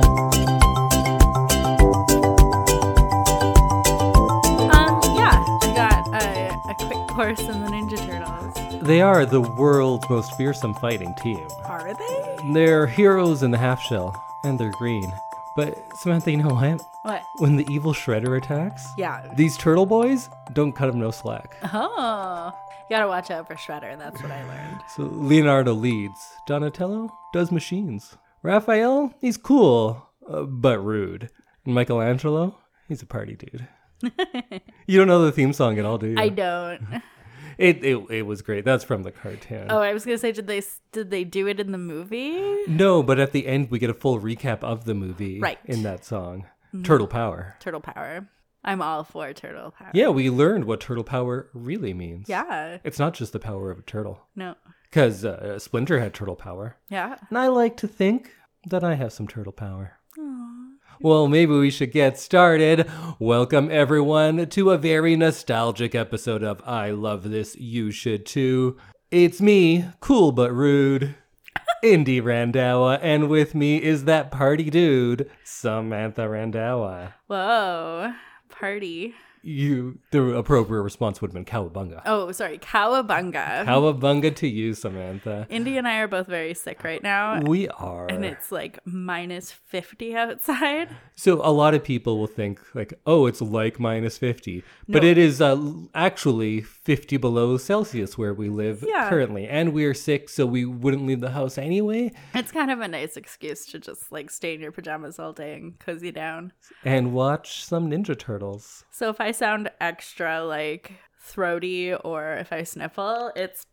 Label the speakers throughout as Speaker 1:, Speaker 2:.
Speaker 1: Um, worse than the Ninja Turtles.
Speaker 2: They are the world's most fearsome fighting team.
Speaker 1: Are they?
Speaker 2: They're heroes in the half shell, and they're green. But Samantha, you know what?
Speaker 1: What?
Speaker 2: When the evil Shredder attacks,
Speaker 1: Yeah.
Speaker 2: these turtle boys don't cut him no slack.
Speaker 1: Oh. You gotta watch out for Shredder. That's what I learned.
Speaker 2: So Leonardo leads. Donatello does machines. Raphael, he's cool, uh, but rude. And Michelangelo, he's a party dude. you don't know the theme song at all, do you?
Speaker 1: I don't.
Speaker 2: It, it it was great. That's from the cartoon.
Speaker 1: Oh, I was gonna say, did they did they do it in the movie?
Speaker 2: No, but at the end we get a full recap of the movie
Speaker 1: Right. Mm-hmm.
Speaker 2: in that song. Turtle Power.
Speaker 1: Turtle power. I'm all for turtle power.
Speaker 2: Yeah, we learned what turtle power really means.
Speaker 1: Yeah.
Speaker 2: It's not just the power of a turtle.
Speaker 1: No.
Speaker 2: Because uh, Splinter had turtle power.
Speaker 1: Yeah.
Speaker 2: And I like to think that I have some turtle power. Well, maybe we should get started. Welcome, everyone, to a very nostalgic episode of I Love This, You Should Too. It's me, cool but rude, Indy Randawa, and with me is that party dude, Samantha Randawa.
Speaker 1: Whoa. Party.
Speaker 2: You, the appropriate response would have been cowabunga.
Speaker 1: Oh, sorry. Cowabunga.
Speaker 2: Cowabunga to you, Samantha.
Speaker 1: Indy and I are both very sick right now.
Speaker 2: We are.
Speaker 1: and it's like minus 50 outside.
Speaker 2: So a lot of people will think like, oh, it's like minus fifty, but it is uh, l- actually fifty below Celsius where we live
Speaker 1: Yeah.
Speaker 2: currently, and we are sick, so we wouldn't leave the house anyway.
Speaker 1: It's kind of a nice excuse to just like stay in your pajamas all day and cozy down.
Speaker 2: And watch some Ninja Turtles.
Speaker 1: So if I sound extra like throaty or if I sniffle, it's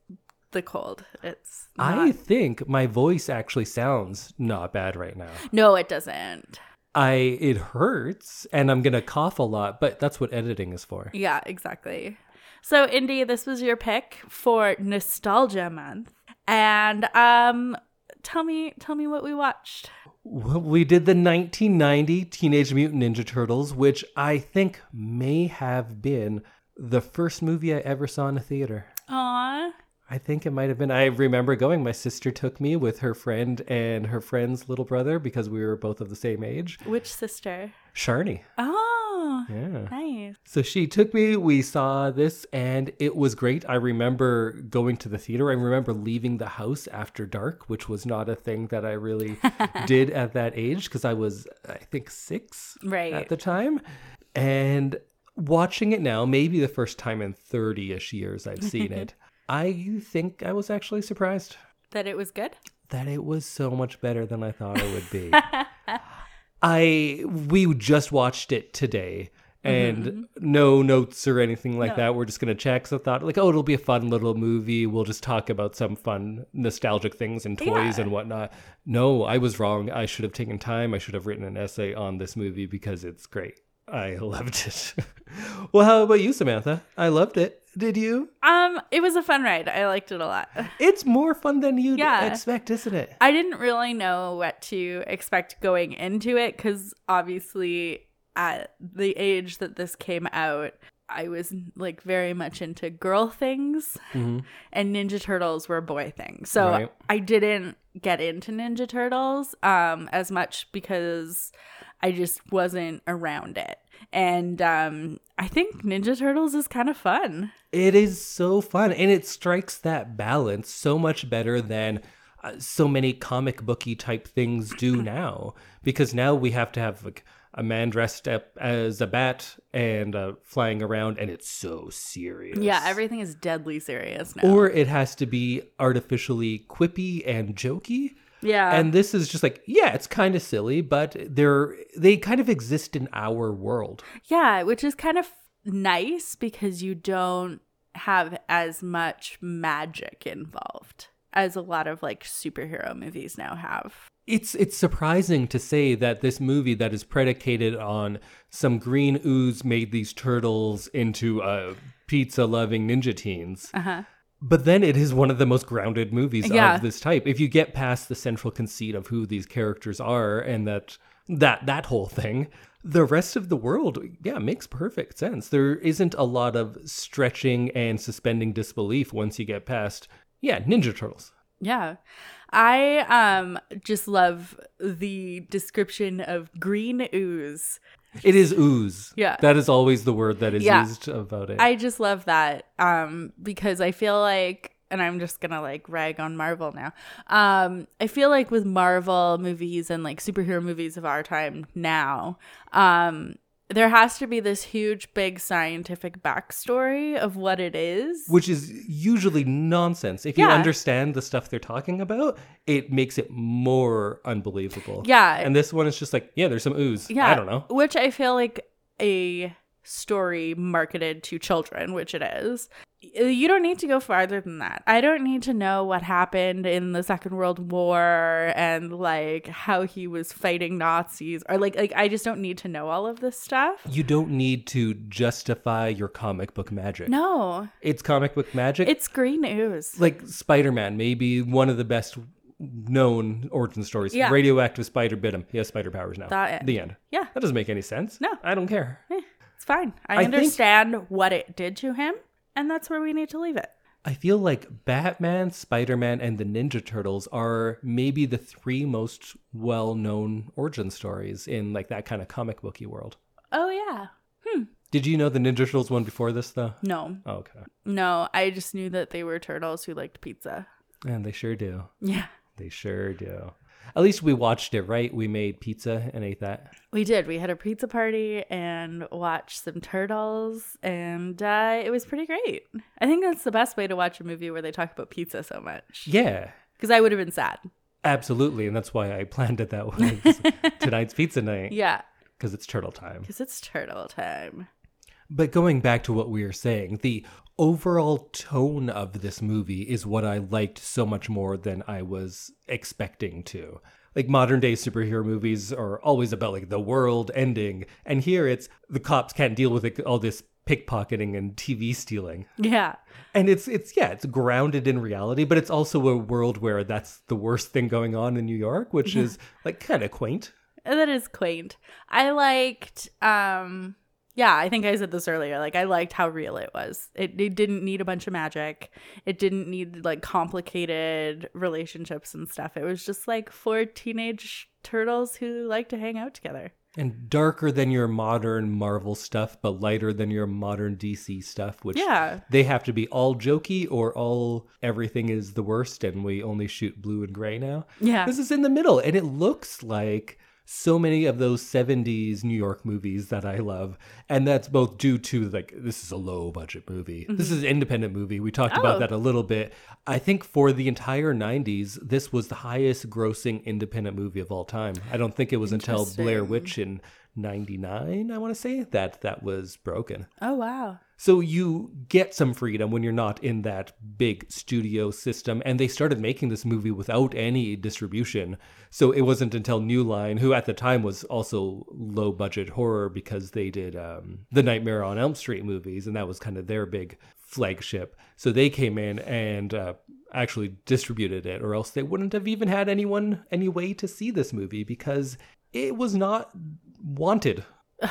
Speaker 1: the cold. It's
Speaker 2: I
Speaker 1: not.
Speaker 2: think my voice actually sounds not bad right now.
Speaker 1: No, it doesn't.
Speaker 2: I it hurts, and I'm gonna cough a lot, but that's what editing is for.
Speaker 1: Yeah, exactly. So, Indy, this was your pick for Nostalgia Month, and um, tell me, tell me what we watched.
Speaker 2: Well, we did the 1990 Teenage Mutant Ninja Turtles, which I think may have been the first movie I ever saw in a theater.
Speaker 1: Aw,
Speaker 2: I think it might have been. I remember going. My sister took me with her friend and her friend's little brother because we were both of the same age.
Speaker 1: which sister?
Speaker 2: Sharni.
Speaker 1: Oh,
Speaker 2: Yeah.
Speaker 1: nice.
Speaker 2: So she took me, we saw this, and it was great. I remember going to the theater. I remember leaving the house after dark, which was not a thing that I really did at that age because I was, I think, six
Speaker 1: Right.
Speaker 2: at the time. And watching it now, maybe the first time in 30 ish years I've seen it, I think I was actually surprised
Speaker 1: That it was good.
Speaker 2: that it was so much better than I thought it would be. I we just watched it today and no notes or anything like that. We're just gonna check. So I thought like, oh, it'll be a fun little movie. We'll just talk about some fun nostalgic things and toys and whatnot. No, I was wrong. I should have taken time. I should have written an essay on this movie because it's great. I loved it. well, how about you, Samantha? I loved it. Did you?
Speaker 1: Um, it was a fun ride. I liked it a lot.
Speaker 2: It's more fun than you'd
Speaker 1: Yeah.
Speaker 2: expect, isn't it?
Speaker 1: I didn't really know what to expect going into it because obviously, at the age that this came out, I was like very much into girl things,
Speaker 2: Mhm.
Speaker 1: and Ninja Turtles were boy things. So
Speaker 2: Right.
Speaker 1: I didn't get into Ninja Turtles um, as much because I just wasn't around it. And um, I think Ninja Turtles is kind of fun.
Speaker 2: It is so fun, and it strikes that balance so much better than uh, so many comic booky type things do now. Because now we have to have like a man dressed up as a bat and uh, flying around, and it's so serious.
Speaker 1: Yeah, everything is deadly serious now.
Speaker 2: Or it has to be artificially quippy and jokey.
Speaker 1: yeah.
Speaker 2: And this is just like, yeah, it's kind of silly, but they're they kind of exist in our world.
Speaker 1: Yeah, which is kind of nice because you don't have as much magic involved as a lot of like superhero movies now have.
Speaker 2: It's it's surprising to say that this movie that is predicated on some green ooze made these turtles into uh, pizza loving ninja teens.
Speaker 1: Uh-huh.
Speaker 2: But then it is one of the most grounded movies
Speaker 1: Yeah.
Speaker 2: of this type. If you get past the central conceit of who these characters are and that that that whole thing, the rest of the world, yeah, makes perfect sense. There isn't a lot of stretching and suspending disbelief once you get past, yeah, Ninja Turtles.
Speaker 1: Yeah. I um just love the description of green ooze
Speaker 2: It is ooze.
Speaker 1: Yeah.
Speaker 2: That is always the word that is
Speaker 1: Yeah.
Speaker 2: used about it.
Speaker 1: I just love that um, because I feel like, and I'm just gonna like rag on Marvel now. Um, I feel like with Marvel movies and like superhero movies of our time now, um, there has to be this huge, big scientific backstory of what it is.
Speaker 2: which is usually nonsense. If you
Speaker 1: Yeah.
Speaker 2: understand the stuff they're talking about, it makes it more unbelievable.
Speaker 1: yeah,
Speaker 2: And this one is just like, yeah, there's some ooze.
Speaker 1: yeah,
Speaker 2: I don't know.
Speaker 1: Which I feel like a story marketed to children, which it is. You don't need to go farther than that. I don't need to know what happened in the Second World War and like how he was fighting Nazis or like like I just don't need to know all of this stuff.
Speaker 2: You don't need to justify your comic book magic.
Speaker 1: No,
Speaker 2: It's comic book magic.
Speaker 1: it's green ooze.
Speaker 2: like Spider Man, maybe one of the best known origin stories.
Speaker 1: Yeah.
Speaker 2: Radioactive spider bit him. He has spider powers now.
Speaker 1: That-
Speaker 2: the end.
Speaker 1: Yeah,
Speaker 2: That doesn't make any sense.
Speaker 1: No.
Speaker 2: I don't care.
Speaker 1: it's fine. I,
Speaker 2: I think-
Speaker 1: understand what it did to him, and that's where we need to leave it.
Speaker 2: I feel like Batman, Spider Man, and the Ninja Turtles are maybe the three most well known origin stories in like that kind of comic booky world.
Speaker 1: Oh yeah.
Speaker 2: Did you know the Ninja Turtles one before this though?
Speaker 1: No.
Speaker 2: Oh, okay.
Speaker 1: No, I just knew that they were turtles who liked pizza.
Speaker 2: And they sure do.
Speaker 1: Yeah.
Speaker 2: They sure do. At least we watched it, right? We made pizza and ate that.
Speaker 1: We did. We had a pizza party and watched some turtles, and uh, it was pretty great. I think that's the best way to watch a movie where they talk about pizza so much.
Speaker 2: Yeah,
Speaker 1: Because I would have been sad.
Speaker 2: absolutely. And that's why I planned it that way. 'cause Tonight's pizza night
Speaker 1: Yeah,
Speaker 2: because it's turtle time.
Speaker 1: because it's turtle time.
Speaker 2: But going back to what we were saying, the overall tone of this movie is what I liked so much more than I was expecting to. Like modern day superhero movies are always about like the world ending, and here it's the cops can't deal with it, all this pickpocketing and TV stealing.
Speaker 1: Yeah.
Speaker 2: And it's it's yeah, it's grounded in reality, but it's also a world where that's the worst thing going on in New York, which is like kind of quaint.
Speaker 1: That is quaint. I liked, um, yeah, I think I said this earlier. Like, I liked how real it was. It, it didn't need a bunch of magic, it didn't need like complicated relationships and stuff. It was just like four teenage turtles who like to hang out together.
Speaker 2: And darker than your modern Marvel stuff, but lighter than your modern DC stuff, which
Speaker 1: Yeah.
Speaker 2: they have to be all jokey or all everything is the worst and we only shoot blue and gray now.
Speaker 1: Yeah.
Speaker 2: This is in the middle and it looks like so many of those 70s New York movies that I love. And that's both due to like this is a low budget movie. This is an independent movie. We talked
Speaker 1: Mm-hmm. Oh.
Speaker 2: about that a little bit. I think for the entire 90s, this was the highest grossing independent movie of all time. I don't think it was until Blair
Speaker 1: Interesting.
Speaker 2: Witch in 99, I want to say, that that was broken.
Speaker 1: Oh wow.
Speaker 2: So you get some freedom when you're not in that big studio system. And they started making this movie without any distribution. So it wasn't until New Line, who at the time was also low budget horror because they did um, the Nightmare on Elm Street movies, and that was kind of their big flagship. So they came in and uh, actually distributed it, or else they wouldn't have even had anyone any way to see this movie because it was not wanted.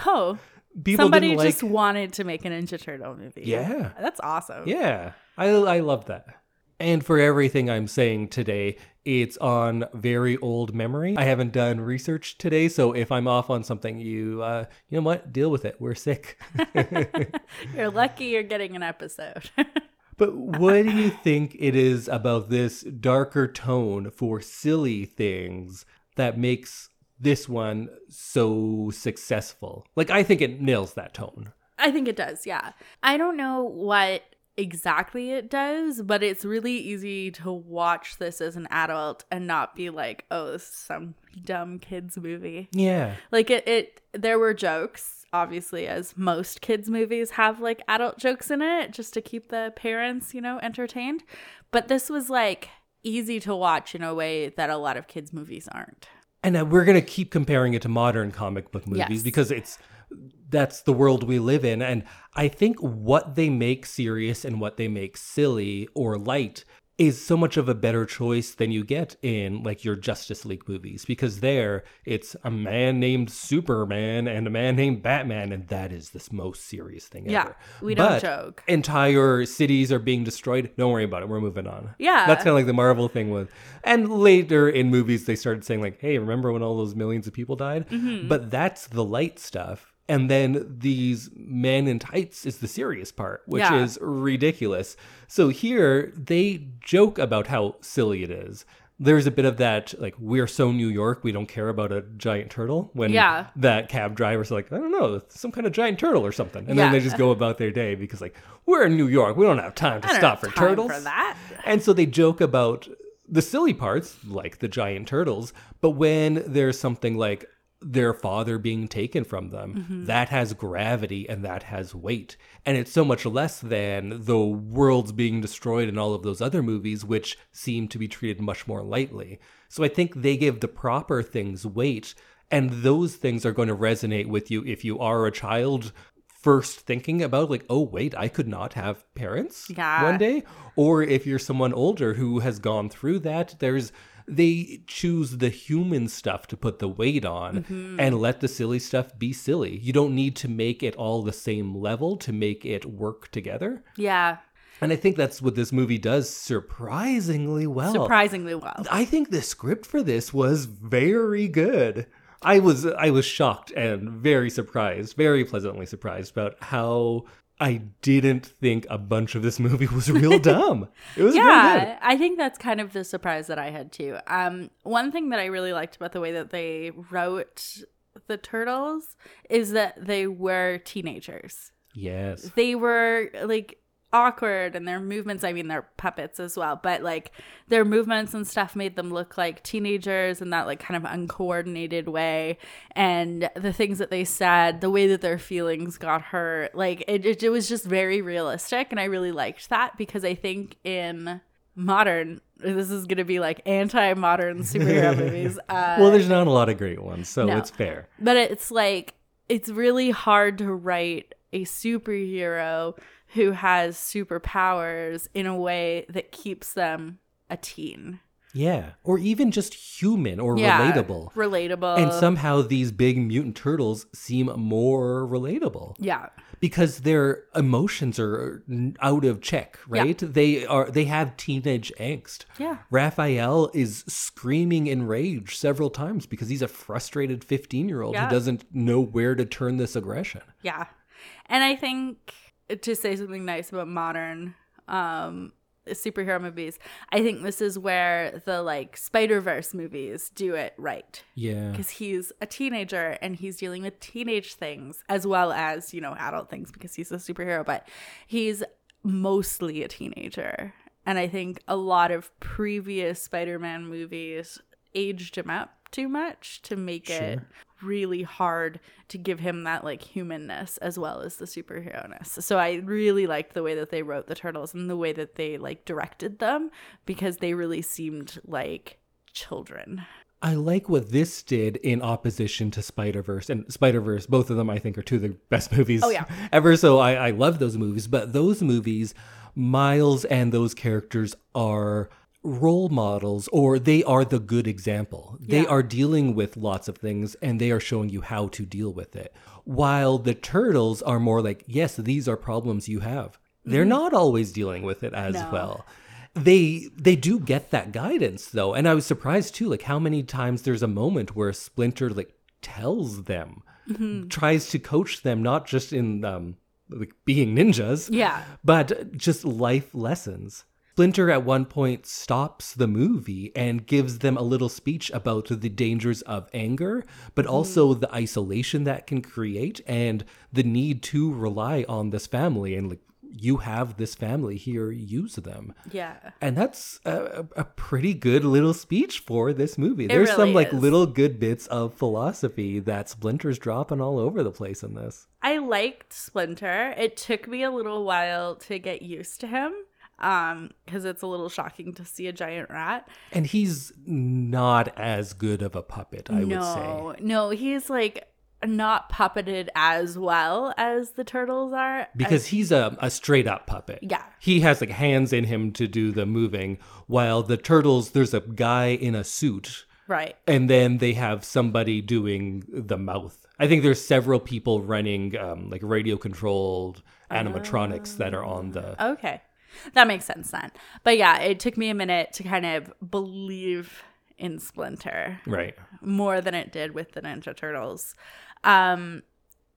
Speaker 1: Oh,
Speaker 2: People
Speaker 1: somebody
Speaker 2: didn't like.
Speaker 1: just wanted to make an Ninja Turtle movie.
Speaker 2: yeah.
Speaker 1: That's awesome.
Speaker 2: Yeah, I I love that. And for everything I'm saying today, it's on very old memory. I haven't done research today, so if I'm off on something, you uh, you know what, deal with it. We're sick.
Speaker 1: You're lucky you're getting an episode.
Speaker 2: But what do you think it is about this darker tone for silly things that makes this one so successful? Like I think it nails that tone.
Speaker 1: I think it does. Yeah. I don't know what exactly it does, but it's really easy to watch this as an adult and not be like, "Oh, this is some dumb kids movie."
Speaker 2: Yeah.
Speaker 1: Like it it there were jokes, obviously, as most kids movies have like adult jokes in it just to keep the parents, you know, entertained. But this was like easy to watch in a way that a lot of kids movies aren't.
Speaker 2: And uh, we're going to keep comparing it to modern comic book movies
Speaker 1: Yes.
Speaker 2: because it's that's the world we live in and I think what they make serious and what they make silly or light is so much of a better choice than you get in like your Justice League movies because there it's a man named Superman and a man named Batman and that is the most serious thing
Speaker 1: Yeah,
Speaker 2: ever.
Speaker 1: we don't joke.
Speaker 2: Entire cities are being destroyed. Don't worry about it. We're moving on.
Speaker 1: Yeah.
Speaker 2: That's kind of like the Marvel thing was. And later in movies they started saying like, "Hey, remember when all those millions of people died?"
Speaker 1: Mm-hmm.
Speaker 2: But that's the light stuff. And then these men in tights is the serious part, which
Speaker 1: Yeah.
Speaker 2: is ridiculous. So here they joke about how silly it is. There's a bit of that, like we're so New York, we don't care about a giant turtle. When
Speaker 1: Yeah.
Speaker 2: that cab driver's like, I don't know, some kind of giant turtle or something, and
Speaker 1: Yeah.
Speaker 2: then they just go about their day because like we're in New York, we don't have time to
Speaker 1: I don't
Speaker 2: stop for
Speaker 1: have time
Speaker 2: turtles.
Speaker 1: for that.
Speaker 2: And so they joke about the silly parts, like the giant turtles, but when there's something like their father being taken from them, that has gravity and that has weight. And it's so much less than the world's being destroyed in all of those other movies, which seem to be treated much more lightly. So I think they give the proper things weight. And those things are going to resonate with you if you are a child first thinking about like oh wait i could not have parents
Speaker 1: Yeah.
Speaker 2: one day or if you're someone older who has gone through that there's they choose the human stuff to put the weight on and let the silly stuff be silly you don't need to make it all the same level to make it work together
Speaker 1: Yeah,
Speaker 2: and i think that's what this movie does surprisingly well
Speaker 1: surprisingly well.
Speaker 2: I think the script for this was very good. I was I was shocked and very surprised, very pleasantly surprised about how I didn't think a bunch of this movie was real dumb. It was really good.
Speaker 1: Yeah, I think that's kind of the surprise that I had too. Um, one thing that I really liked about the way that they wrote the turtles is that they were teenagers.
Speaker 2: Yes.
Speaker 1: They were like awkward and their movements, I mean, they're puppets as well, but like their movements and stuff made them look like teenagers in that like kind of uncoordinated way. And the things that they said, the way that their feelings got hurt, like it, it, it was just very realistic. And I really liked that because I think in modern, this is going to be like anti modern superhero movies. Uh,
Speaker 2: Well, there's not a lot of great ones, so
Speaker 1: No.
Speaker 2: it's fair.
Speaker 1: but it's like it's really hard to write a superhero who has superpowers in a way that keeps them a teen.
Speaker 2: Yeah. Or even just human or
Speaker 1: Yeah.
Speaker 2: relatable.
Speaker 1: Relatable.
Speaker 2: And somehow these big mutant turtles seem more relatable.
Speaker 1: Yeah.
Speaker 2: because their emotions are n- out of check right they are they have teenage angst
Speaker 1: Yeah.
Speaker 2: raphael is screaming in rage several times because he's a frustrated 15 year old
Speaker 1: Yeah.
Speaker 2: who doesn't know where to turn this aggression
Speaker 1: Yeah. And I think to say something nice about modern um superhero movies, I think this is where the like Spider-Verse movies do it right.
Speaker 2: yeah
Speaker 1: because he's a teenager and he's dealing with teenage things as well as you know adult things because he's a superhero but he's mostly a teenager and i think a lot of previous spider-man movies aged him up too much to make it
Speaker 2: Sure.
Speaker 1: really hard to give him that like humanness as well as the superhero-ness so i really liked the way that they wrote the turtles and the way that they like directed them because they really seemed like children
Speaker 2: I like what this did in opposition to Spider Verse and Spider Verse. Both of them, I think, are two of the best movies
Speaker 1: Oh, yeah.
Speaker 2: ever. So I, I love those movies. But those movies, Miles and those characters are role models, or they are the good example. They
Speaker 1: Yeah.
Speaker 2: are dealing with lots of things, and they are showing you how to deal with it. While the turtles are more like, yes, these are problems you have. They're not always dealing with it as
Speaker 1: Mm-hmm. No.
Speaker 2: well they they do get that guidance though and i was surprised too like how many times there's a moment where splinter like tells them tries to coach them not just in um like being ninjas
Speaker 1: yeah
Speaker 2: but just life lessons splinter at one point stops the movie and gives them a little speech about the dangers of anger but also the isolation that can create and the need to rely on this family and like you have this family here use them
Speaker 1: Yeah.
Speaker 2: and that's a, a a pretty good little speech for this movie. There's
Speaker 1: really
Speaker 2: some like
Speaker 1: is.
Speaker 2: little good bits of philosophy that Splinter's dropping all over the place in this.
Speaker 1: I liked Splinter. It took me a little while to get used to him um cuz it's a little shocking to see a giant rat.
Speaker 2: And he's not as good of a puppet, I would say.
Speaker 1: no. No, he's like not puppeted as well as the turtles are.
Speaker 2: because he's a, a straight up puppet.
Speaker 1: Yeah.
Speaker 2: He has like hands in him to do the moving, while the turtles, there's a guy in a suit,
Speaker 1: right.
Speaker 2: and then they have somebody doing the mouth. I think there's several people running um, like radio controlled animatronics that are on the.
Speaker 1: Okay. That makes sense then. But yeah, it took me a minute to kind of believe in Splinter
Speaker 2: Right.
Speaker 1: more than it did with the Ninja Turtles. Um,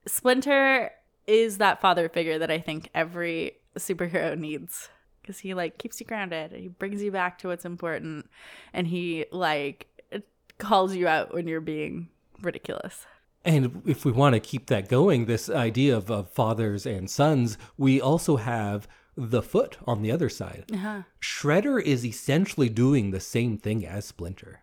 Speaker 1: Splinter is that father figure that I think every superhero needs because he like keeps you grounded. He brings you back to what's important, and he like calls you out when you're being ridiculous.
Speaker 2: And if we want to keep that going, this idea of, of fathers and sons, we also have the foot on the other side.
Speaker 1: Uh-huh.
Speaker 2: Shredder is essentially doing the same thing as Splinter.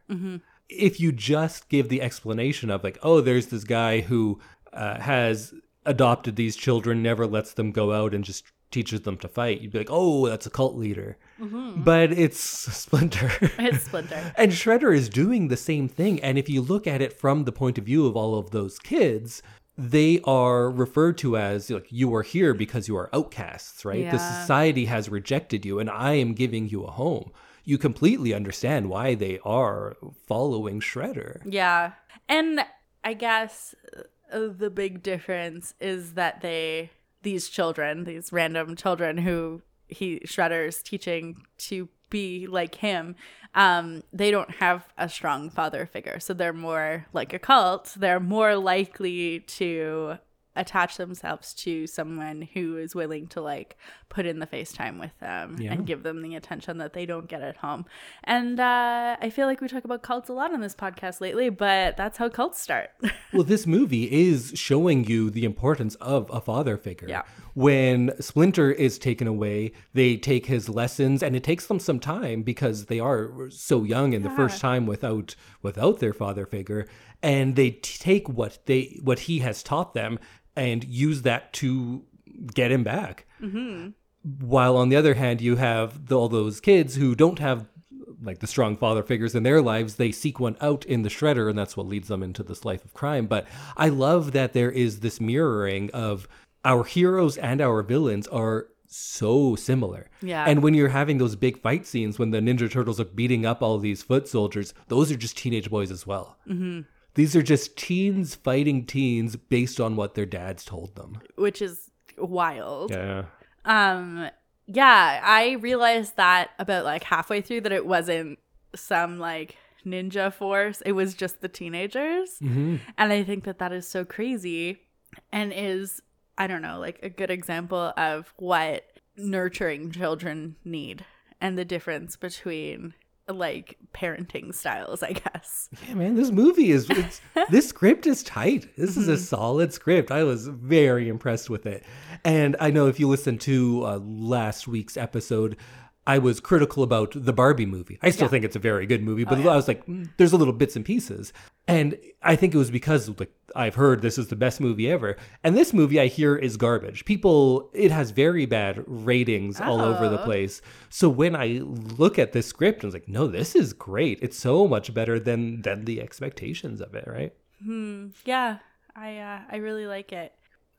Speaker 2: If you just give the explanation of, like, oh, there's this guy who uh, has adopted these children, never lets them go out, and just teaches them to fight, you'd be like, oh, that's a cult leader. But it's Splinter.
Speaker 1: It's Splinter.
Speaker 2: And Shredder is doing the same thing. And if you look at it from the point of view of all of those kids, they are referred to as like you are here because you are outcasts, right? The
Speaker 1: Yeah.
Speaker 2: society has rejected you, and I am giving you a home. You completely understand why they are following Shredder.
Speaker 1: Yeah. And I guess uh, the big difference is that they, these children, these random children who he, Shredder's teaching to be like him, um, they don't have a strong father figure. So they're more like a cult. They're more likely to attach themselves to someone who is willing to like put in the FaceTime with them
Speaker 2: Yeah.
Speaker 1: and give them the attention that they don't get at home. And uh, I feel like we talk about cults a lot on this podcast lately, but that's how cults start.
Speaker 2: Well, this movie is showing you the importance of a father figure.
Speaker 1: Yeah.
Speaker 2: When Splinter is taken away, they take his lessons, and it takes them some time because they are so young and the first time without without their father figure, and they t- take what they what he has taught them and use that to get him back. While on the other hand, you have the, all those kids who don't have like the strong father figures in their lives, they seek one out in the shredder, and that's what leads them into this life of crime. But I love that there is this mirroring of our heroes and our villains are so similar.
Speaker 1: Yeah.
Speaker 2: And when you're having those big fight scenes when the Ninja Turtles are beating up all these foot soldiers, those are just teenage boys as well. Mm-hmm. These are just teens fighting teens based on what their dads told them.
Speaker 1: Which is wild.
Speaker 2: Yeah.
Speaker 1: Um yeah, I realized that about like halfway through that it wasn't some like ninja force. It was just the teenagers.
Speaker 2: hmm
Speaker 1: And I think that that is so crazy and is, I don't know, like a good example of what nurturing children need and the difference between like parenting styles, I guess.
Speaker 2: Yeah, man, this movie is it's, this script is tight. This is a solid script. I was very impressed with it, and I know if you listen to uh, last week's episode. I was critical about the Barbie movie. I still think it's a very good movie, but I was like, "Mm, there's a little bits and pieces. And I think it was because like I've heard this is the best movie ever. And this movie I hear is garbage. People it has very bad ratings all over the
Speaker 1: Oh.
Speaker 2: place place. So when I look at this script, I was like, no, this is great. It's so much better than than the expectations of it, right?
Speaker 1: Hmm. Yeah. I uh, I really like it.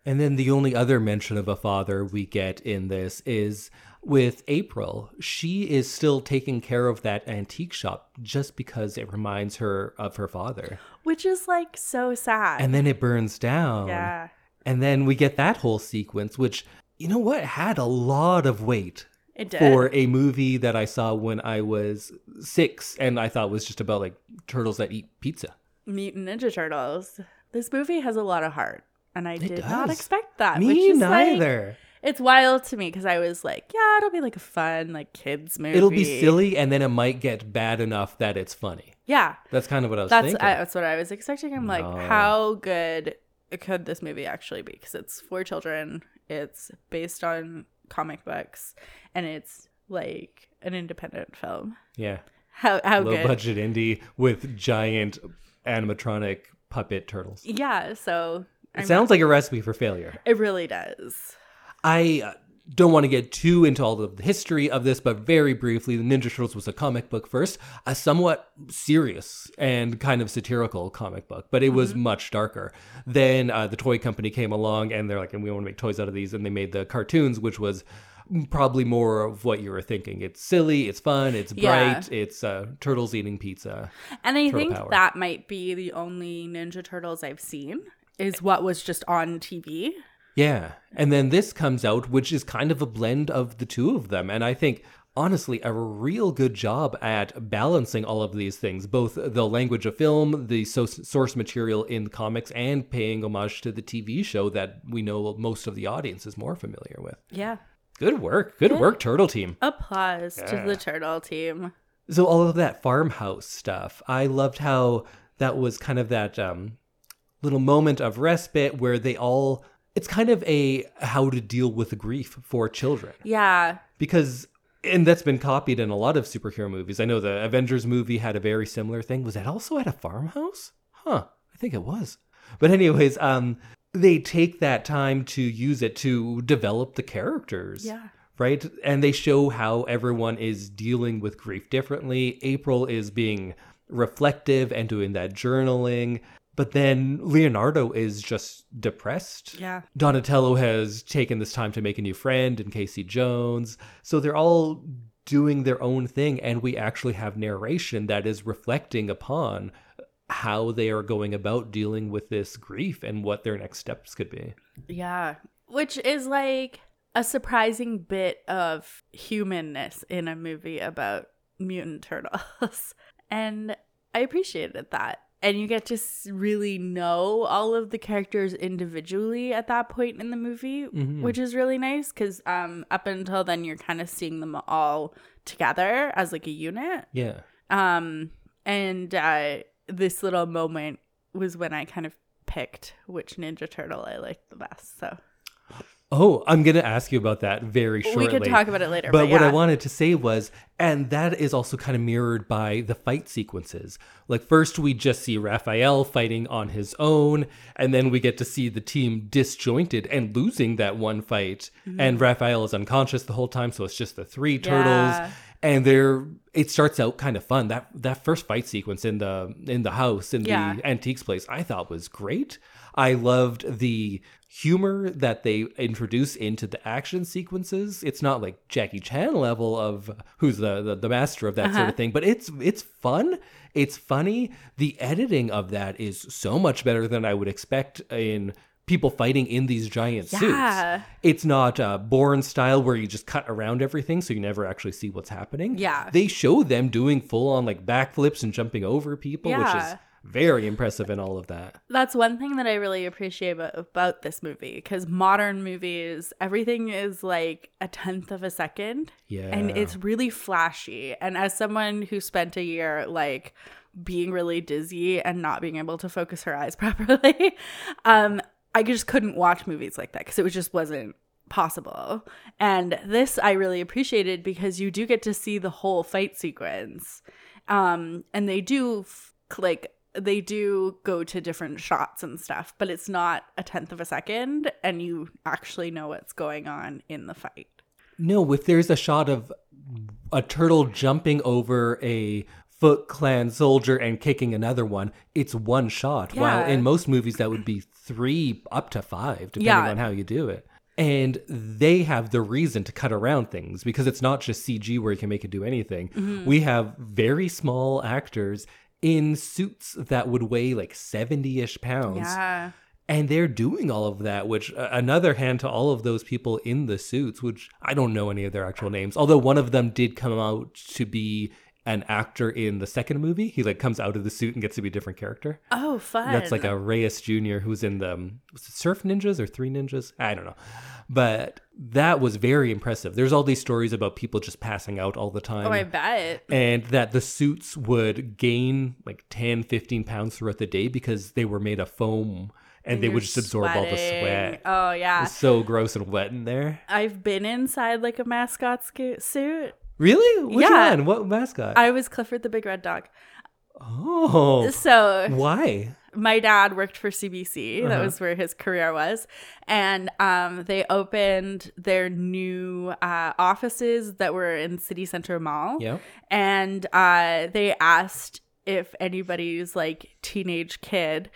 Speaker 2: And then the only other mention of a father we get in this is with April. She is still taking care of that antique shop just because it reminds her of her father.
Speaker 1: Which is like so sad.
Speaker 2: And um, then it burns down.
Speaker 1: yeah.
Speaker 2: And then we get that whole sequence, which you know what had a lot of weight
Speaker 1: It did.
Speaker 2: for a movie that I saw when I was six and I thought was just about like turtles that eat pizza.
Speaker 1: Mutant Ninja Turtles. This movie has a lot of heart, and I did not
Speaker 2: does.
Speaker 1: expect that. Uh, which
Speaker 2: Me
Speaker 1: is like-
Speaker 2: neither.
Speaker 1: it's wild to me because I was like, yeah, it'll be like a fun like kids movie.
Speaker 2: It'll be silly and then it might get bad enough that it's funny.
Speaker 1: Yeah,
Speaker 2: That's kind of what I was
Speaker 1: that's
Speaker 2: thinking.
Speaker 1: I, that's what I was expecting. I'm
Speaker 2: No.
Speaker 1: like, how good could this movie actually be? Because it's for children. It's based on comic books, and it's like an independent film.
Speaker 2: yeah.
Speaker 1: How how
Speaker 2: Low
Speaker 1: oh, good?
Speaker 2: budget indie with giant animatronic puppet turtles.
Speaker 1: Yeah. So
Speaker 2: It
Speaker 1: I'm-
Speaker 2: sounds like a recipe for failure.
Speaker 1: it really does.
Speaker 2: I uh, Don't want to get too into all of the history of this, but very briefly, the Ninja Turtles was a comic book first, a somewhat serious and kind of satirical comic book, but it was much darker. Then uh, the toy company came along and they're like, and we want to make toys out of these, and they made the cartoons, which was probably more of what you were thinking. It's silly, it's fun, it's
Speaker 1: Yeah.
Speaker 2: bright, it's uh, turtles eating pizza.
Speaker 1: And I think
Speaker 2: power.
Speaker 1: that might be the only Ninja Turtles I've seen is what was just on TV.
Speaker 2: Yeah. And then this comes out, which is kind of a blend of the two of them. And I think, honestly, a real good job at balancing all of these things both the language of film, the so- source material in the comics, and paying homage to the TV show that we know most of the audience is more familiar with.
Speaker 1: Yeah.
Speaker 2: Good work. Good work, Turtle Team.
Speaker 1: Applause
Speaker 2: Yeah.
Speaker 1: to the turtle team.
Speaker 2: So all of that farmhouse stuff, I loved how that was kind of that um, little moment of respite where they all. It's kind of a how to deal with grief for children
Speaker 1: Yeah.
Speaker 2: because, and that's been copied in a lot of superhero movies. I know the Avengers movie had a very similar thing. Was that also at a farmhouse? Huh, I think it was. But anyways, um, they take that time to use it to develop the characters
Speaker 1: Yeah.
Speaker 2: right? And they show how everyone is dealing with grief differently. April is being reflective and doing that journaling, but then Leonardo is just depressed.
Speaker 1: Yeah.
Speaker 2: Donatello has taken this time to make a new friend and Casey Jones. So they're all doing their own thing and we actually have narration that is reflecting upon how they are going about dealing with this grief and what their next steps could be.
Speaker 1: Yeah. Which is like a surprising bit of humanness in a movie about mutant turtles. And I appreciated that. And you get to s- really know all of the characters individually at that point in the movie,
Speaker 2: Mhm.
Speaker 1: which is really nice because um, up until then, you're kind of seeing them all together as like a unit.
Speaker 2: Yeah.
Speaker 1: Um, and uh, this little moment was when I kind of picked which Ninja Turtle I liked the best. So
Speaker 2: Oh, I'm going to ask you about that very shortly.
Speaker 1: we could talk about it later.
Speaker 2: But what I
Speaker 1: yeah.
Speaker 2: wanted to say was, and that is also kind of mirrored by the fight sequences. Like, first we just see Raphael fighting on his own, and then we get to see the team disjointed and losing that one fight.
Speaker 1: Mm-hmm.
Speaker 2: And Raphael is unconscious the whole time, so it's just the three turtles.
Speaker 1: Yeah.
Speaker 2: And they're it starts out kind of fun. That that first fight sequence in the in the house in
Speaker 1: Yeah.
Speaker 2: the antiques place, I thought was great. I loved the humor that they introduce into the action sequences. It's not like Jackie Chan level of who's the the, the master of that sort
Speaker 1: Uh-huh.
Speaker 2: of thing, but it's it's fun. It's funny. The editing of that is so much better than I would expect in people fighting in these giant
Speaker 1: Yeah.
Speaker 2: suits. It's not uh, Bourne style where you just cut around everything so you never actually see what's happening.
Speaker 1: Yeah.
Speaker 2: They show them doing full on like backflips and jumping over people, which
Speaker 1: Yeah.
Speaker 2: is very impressive in all of that.
Speaker 1: That's one thing that I really appreciate about, about this movie because modern movies, everything is like a tenth of a second.
Speaker 2: Yeah.
Speaker 1: And it's really flashy. And as someone who spent a year like being really dizzy and not being able to focus her eyes properly, um, I just couldn't watch movies like that because it was just wasn't possible. And this I really appreciated because you do get to see the whole fight sequence. Um, and they do f- like they do go to different shots and stuff, but it's not a tenth of a second, and you actually know what's going on in the fight.
Speaker 2: No, if there's a shot of a turtle jumping over a Foot Clan soldier and kicking another one, it's one shot. While
Speaker 1: Yeah.
Speaker 2: in most movies, that would be three up to five, depending
Speaker 1: Yeah.
Speaker 2: on how you do it. And they have the reason to cut around things because it's not just CG where you can make it do anything.
Speaker 1: Mm-hmm.
Speaker 2: We have very small actors in suits that would weigh like 70 ish pounds
Speaker 1: Yeah.
Speaker 2: and they're doing all of that which uh, another hand to all of those people in the suits which i don't know any of their actual names although one of them did come out to be an actor in the second movie he like comes out of the suit and gets to be a different character
Speaker 1: Oh, fun.
Speaker 2: that's like a reyes jr who's in the um, was it surf ninjas or three ninjas i don't know but that was very impressive there's all these stories about people just passing out all the time
Speaker 1: Oh, I bet.
Speaker 2: and that the suits would gain like 10 15 pounds throughout the day because they were made of foam and, they
Speaker 1: You're
Speaker 2: would just absorb all the
Speaker 1: sweating.
Speaker 2: sweat
Speaker 1: Oh, yeah.
Speaker 2: it's so gross and wet in there
Speaker 1: I've been inside like a mascot sca- suit.
Speaker 2: really which
Speaker 1: Yeah.
Speaker 2: one what mascot
Speaker 1: I was Clifford the Big Red Dog.
Speaker 2: oh
Speaker 1: So
Speaker 2: why
Speaker 1: my dad worked for CBC. That
Speaker 2: Uh-huh.
Speaker 1: was where his career was. And um, they opened their new uh, offices that were in City Center Mall.
Speaker 2: Yeah.
Speaker 1: And uh, they asked if anybody's like teenage kid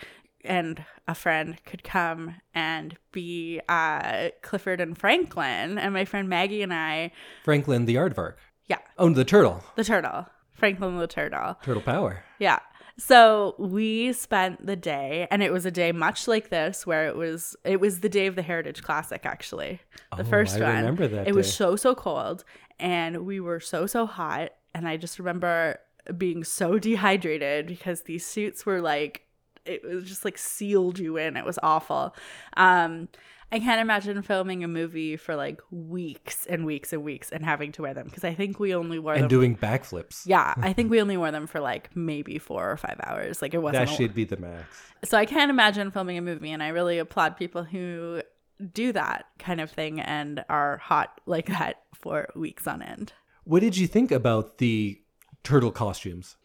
Speaker 1: and a friend could come and be uh, Clifford and Franklin. And my friend Maggie and I,
Speaker 2: Franklin the Aardvark.
Speaker 1: Yeah.
Speaker 2: Oh, the turtle.
Speaker 1: the turtle, Franklin the turtle.
Speaker 2: Turtle power.
Speaker 1: Yeah. So we spent the day and it was a day much like this where it was it was the day of the Heritage Classic actually. The
Speaker 2: Oh,
Speaker 1: first
Speaker 2: I
Speaker 1: one.
Speaker 2: remember that
Speaker 1: it was
Speaker 2: day.
Speaker 1: so so cold and we were so so hot and I just remember being so dehydrated because these suits were like it was just like sealed you in. It was awful. Um I can't imagine filming a movie for like weeks and weeks and weeks and having to wear them because I think we only wore
Speaker 2: And
Speaker 1: them
Speaker 2: doing backflips.
Speaker 1: yeah, I think we only wore them for like maybe four or five hours. Like it wasn't.
Speaker 2: That
Speaker 1: a-
Speaker 2: should be the max.
Speaker 1: So I can't imagine filming a movie, and I really applaud people who do that kind of thing and are hot like that for weeks on end.
Speaker 2: What did you think about the turtle costumes?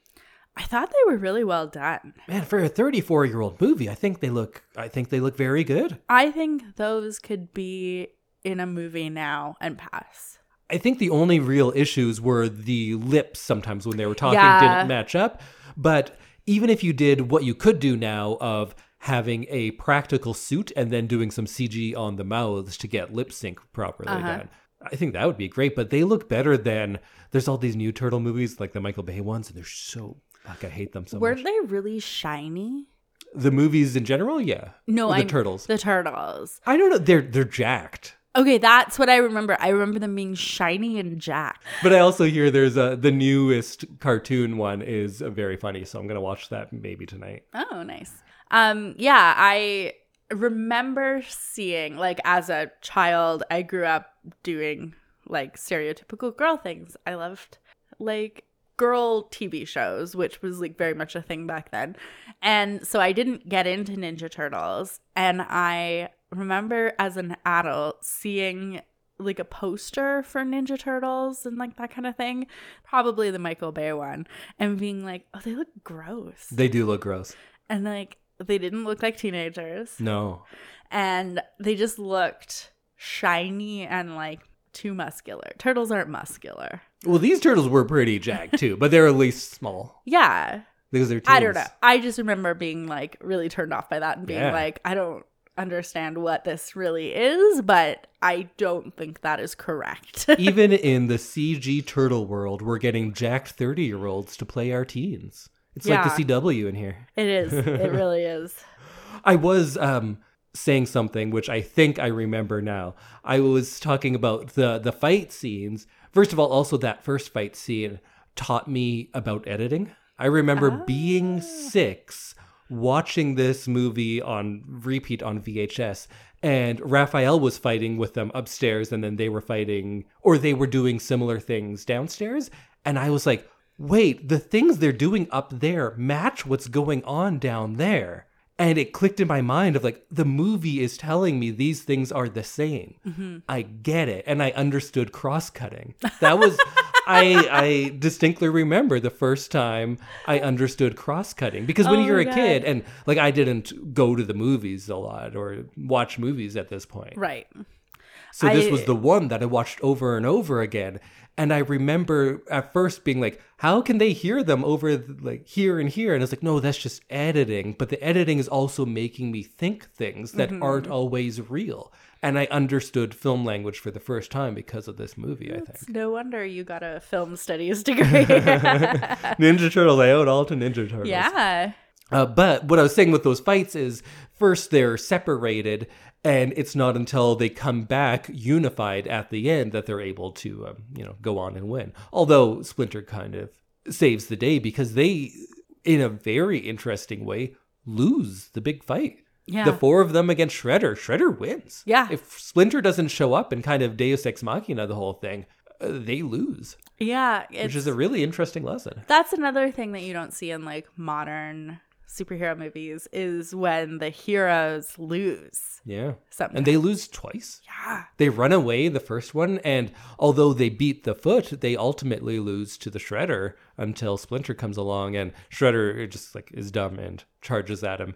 Speaker 1: I thought they were really well done.
Speaker 2: Man, for a 34 year old movie, I think they look. I think they look very good.
Speaker 1: I think those could be in a movie now and pass.
Speaker 2: I think the only real issues were the lips. Sometimes when they were talking,
Speaker 1: Yeah.
Speaker 2: didn't match up. But even if you did what you could do now of having a practical suit and then doing some CG on the mouths to get lip sync properly
Speaker 1: Uh-huh.
Speaker 2: done. I think that would be great, but they look better than there's all these new turtle movies like the Michael Bay ones, and they're so fuck. I hate them so
Speaker 1: were
Speaker 2: much.
Speaker 1: they really shiny?
Speaker 2: The movies in general, yeah.
Speaker 1: No,
Speaker 2: Or the
Speaker 1: I
Speaker 2: turtles.
Speaker 1: The turtles.
Speaker 2: I don't know. They're they're jacked.
Speaker 1: Okay, that's what I remember. I remember them being shiny and jacked.
Speaker 2: But I also hear there's a the newest cartoon one is very funny, so I'm gonna watch that maybe tonight.
Speaker 1: Oh, nice. Um, yeah, I remember seeing like as a child, I grew up doing like stereotypical girl things. I loved like girl TV shows, which was like very much a thing back then. And so I didn't get into Ninja Turtles, and I remember as an adult seeing like a poster for Ninja Turtles and like that kind of thing, probably the Michael Bay one, and being like, "Oh, they look gross."
Speaker 2: They do look gross.
Speaker 1: and like they didn't look like teenagers
Speaker 2: No,
Speaker 1: and they just looked shiny and like too muscular turtles aren't muscular
Speaker 2: well these turtles were pretty jacked too, but they're at least small
Speaker 1: yeah
Speaker 2: because they're. Teens.
Speaker 1: i don't know i just remember being like really turned off by that and being
Speaker 2: Yeah.
Speaker 1: like i don't understand what this really is but i don't think that is correct
Speaker 2: Even in the CG turtle world, we're getting jacked thirty year olds to play our teens. It's
Speaker 1: Yeah.
Speaker 2: like the CW in here.
Speaker 1: it is it really is
Speaker 2: I was um saying something which I think I remember now. I was talking about the the fight scenes. First of all, also that first fight scene taught me about editing. I remember being 6 watching this movie on repeat on VHS and Raphael was fighting with them upstairs and then they were fighting or they were doing similar things downstairs and I was like, "Wait, the things they're doing up there match what's going on down there." and it clicked in my mind of like the movie is telling me these things are the same
Speaker 1: Mm-hmm.
Speaker 2: i get it and i understood cross-cutting that was i i distinctly remember the first time i understood cross-cutting because when
Speaker 1: Oh
Speaker 2: you're
Speaker 1: my
Speaker 2: a
Speaker 1: God.
Speaker 2: kid and like i didn't go to the movies a lot or watch movies at this point
Speaker 1: right
Speaker 2: so this
Speaker 1: I-
Speaker 2: was the one that I watched over and over again, and I remember at first being like, "How can they hear them over th- like here and here?" And it's like, "No, that's just editing." But the editing is also making me think things that aren't always real. And I understood film language for the first time because of this movie. I think
Speaker 1: it's no wonder you got a film studies degree yeah
Speaker 2: Ninja Turtles. I owe it all to Ninja Turtles. Uh, but what I was saying with those fights is first they're separated, and it's not until they come back unified at the end that they're able to, um, you know, go on and win. Although Splinter kind of saves the day because they, in a very interesting way, lose the big fight.
Speaker 1: yeah
Speaker 2: The four of them against Shredder, Shredder wins.
Speaker 1: Yeah.
Speaker 2: If Splinter doesn't show up and kind of Deus Ex Machina the whole thing, uh, they lose,
Speaker 1: yeah it's
Speaker 2: which is a really interesting lesson.
Speaker 1: That's another thing that you don't see in like modern superhero movies is when the heroes lose
Speaker 2: Yeah.
Speaker 1: something.
Speaker 2: And they lose twice.
Speaker 1: yeah.
Speaker 2: They run away the first one, and although they beat the foot, they ultimately lose to the Shredder until Splinter comes along, and Shredder just like is dumb and charges at him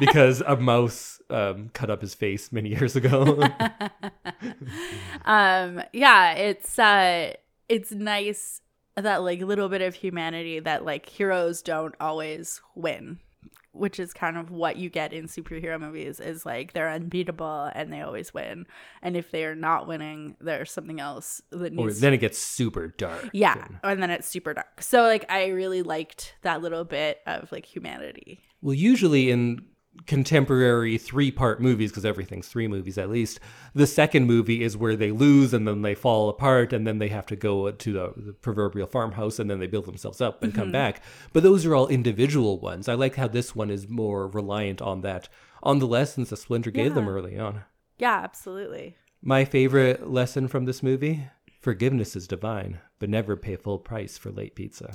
Speaker 2: because a mouse um, cut up his face many years ago.
Speaker 1: um yeah it's uh it's nice that like little bit of humanity that like heroes don't always win which is kind of what you get in superhero movies is like they're unbeatable and they always win and if they are not winning there's something else that
Speaker 2: or
Speaker 1: needs
Speaker 2: then it gets super dark.
Speaker 1: yeah
Speaker 2: and-
Speaker 1: and then it's super dark so like i really liked that little bit of like humanity
Speaker 2: Well, usually in contemporary three part movies, because everything's three movies at least, the second movie is where they lose and then they fall apart and then they have to go to the, the proverbial farmhouse and then they build themselves up and come back. But those are all individual ones. I like how this one is more reliant on that, on the lessons that Splinter gave them
Speaker 1: Yeah.
Speaker 2: early on.
Speaker 1: yeah absolutely
Speaker 2: My favorite lesson from this movie forgiveness is divine, but never pay full price for late pizza.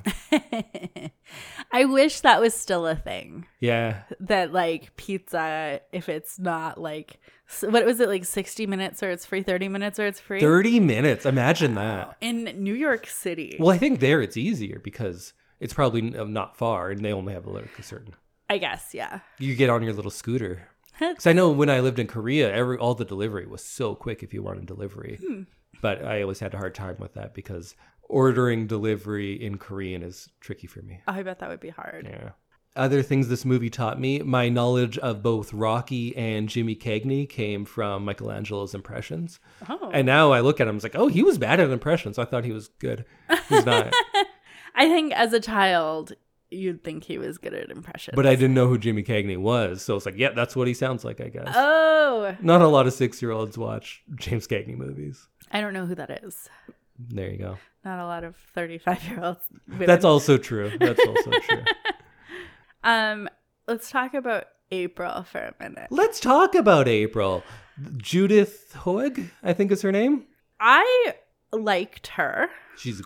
Speaker 1: i wish that was still a thing
Speaker 2: yeah.
Speaker 1: that like pizza if it's not like s- what was it like 60 minutes or it's free 30 minutes or it's free
Speaker 2: 30 minutes. Imagine that.
Speaker 1: in new york city
Speaker 2: Well, I think there it's easier because it's probably n- uh, not far, and they only have like a certain.
Speaker 1: i guess yeah Oh,
Speaker 2: You get on your little scooter. Because I know when I lived in Korea, every all the delivery was so quick if you wanted delivery. But I always had a hard time with that because ordering delivery in Korean is tricky for me.
Speaker 1: oh, i bet that would be hard
Speaker 2: Yeah. Other things this movie taught me, my knowledge of both Rocky and Jimmy Cagney came from Michelangelo's impressions.
Speaker 1: oh
Speaker 2: And now I look at him, it's like, oh, he was bad at impressions. I thought he was good. He's not.
Speaker 1: i think as a child you'd think he was good at impressions
Speaker 2: But I didn't know who Jimmy Cagney was, so it's like, yeah, that's what he sounds like, I guess.
Speaker 1: oh
Speaker 2: Not a lot of six-year-olds watch James Cagney movies.
Speaker 1: i don't know who that is
Speaker 2: There you go.
Speaker 1: not a lot of 35 year olds
Speaker 2: That's also true. That's also true.
Speaker 1: um let's talk about april for a minute
Speaker 2: Let's talk about April. Judith Hoag, I think is her name.
Speaker 1: i liked her
Speaker 2: She's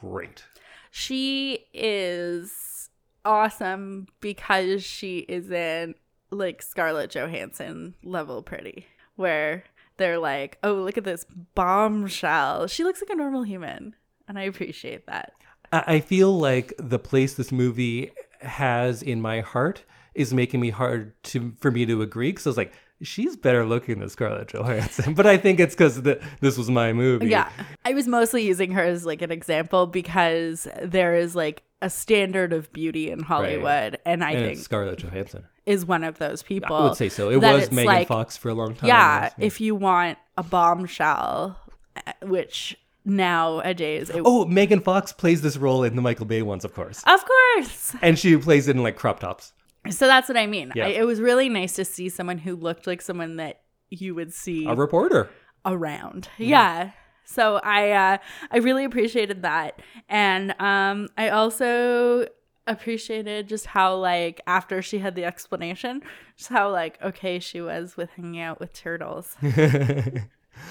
Speaker 2: great.
Speaker 1: She is awesome because she is in like Scarlett Johansson level pretty, where they're like, oh, look at this bombshell. She looks like a normal human. And I appreciate that.
Speaker 2: I I feel like the place this movie has in my heart is making me hard to for me to agree because I was like, she's better looking than Scarlett Johansson, but I think it's because this was my movie.
Speaker 1: Yeah. I was mostly using her as like an example because there is like a standard of beauty in Hollywood. And I
Speaker 2: and
Speaker 1: think
Speaker 2: it's Scarlett Johansson.
Speaker 1: is one of those people.
Speaker 2: I would say so. It
Speaker 1: that
Speaker 2: was
Speaker 1: it's
Speaker 2: Megan
Speaker 1: like-
Speaker 2: Fox for a long time.
Speaker 1: yeah,
Speaker 2: Yes,
Speaker 1: if you want a bombshell, uh, which nowadays it
Speaker 2: oh, Megan Fox plays this role in the Michael Bay ones, of course,
Speaker 1: Of course.
Speaker 2: and she plays it in like crop tops.
Speaker 1: So that's what I mean.
Speaker 2: Yeah.
Speaker 1: I, it was really nice to see someone who looked like someone that you would see
Speaker 2: A reporter.
Speaker 1: around. Yeah. So I uh, I really appreciated that, and um, I also appreciated just how like after she had the explanation, just how like okay she was with hanging out with turtles.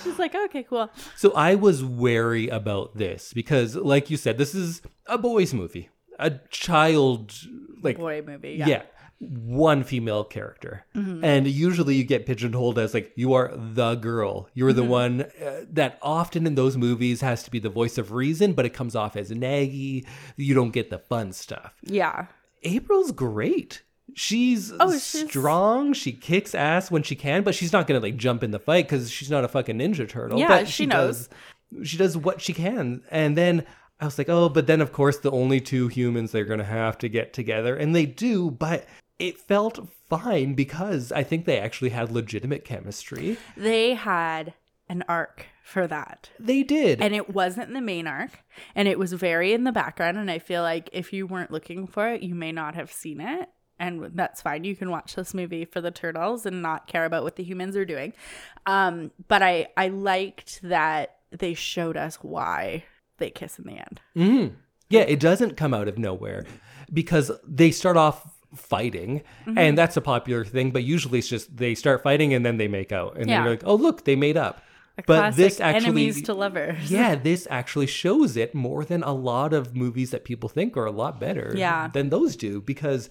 Speaker 1: She's like okay, cool.
Speaker 2: So I was wary about this because, like you said, this is a boys' movie, a child like
Speaker 1: Boy movie.
Speaker 2: yeah. one female character
Speaker 1: Mm-hmm.
Speaker 2: and usually you get pigeonholed as like you are the girl you're
Speaker 1: Mm-hmm.
Speaker 2: the one uh, that often in those movies has to be the voice of reason but it comes off as naggy you don't get the fun stuff
Speaker 1: yeah.
Speaker 2: April's great. She's
Speaker 1: Oh, she's-
Speaker 2: strong. She kicks ass when she can, but she's not gonna like jump in the fight because she's not a fucking ninja turtle.
Speaker 1: Yeah,
Speaker 2: but
Speaker 1: she knows.
Speaker 2: Does, she does what she can, and then I was like, oh, but then of course the only two humans they're gonna have to get together, and they do, but it felt fine because I think they actually had legitimate chemistry.
Speaker 1: They had an arc for that.
Speaker 2: They did.
Speaker 1: and it wasn't the main arc and it was very in the background and i feel like if you weren't looking for it you may not have seen it and that's fine you can watch this movie for the turtles and not care about what the humans are doing um but i i liked that they showed us why they kiss in the end
Speaker 2: Mhm. Yeah, it doesn't come out of nowhere because they start off fighting,
Speaker 1: Mm-hmm.
Speaker 2: and that's a popular thing. But usually, it's just they start fighting and then they make out, and then
Speaker 1: Yeah.
Speaker 2: you're like, "Oh, look, they made up."
Speaker 1: A
Speaker 2: but this
Speaker 1: classic
Speaker 2: actually,
Speaker 1: enemies to lovers
Speaker 2: yeah, this actually shows it more than a lot of movies that people think are a lot better
Speaker 1: Yeah.
Speaker 2: than those do because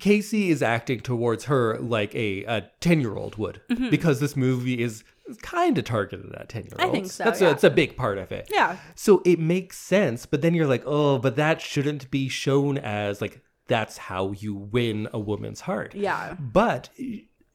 Speaker 2: Casey is acting towards her like a, a 10 year old would
Speaker 1: Mm-hmm.
Speaker 2: because this movie is kind of targeted at 10 year olds.
Speaker 1: I think so,
Speaker 2: That's, a,
Speaker 1: yeah.
Speaker 2: that's a big part of it.
Speaker 1: Yeah.
Speaker 2: So it makes sense, but then you're like, oh, but that shouldn't be shown as like that's how you win a woman's heart.
Speaker 1: Yeah.
Speaker 2: But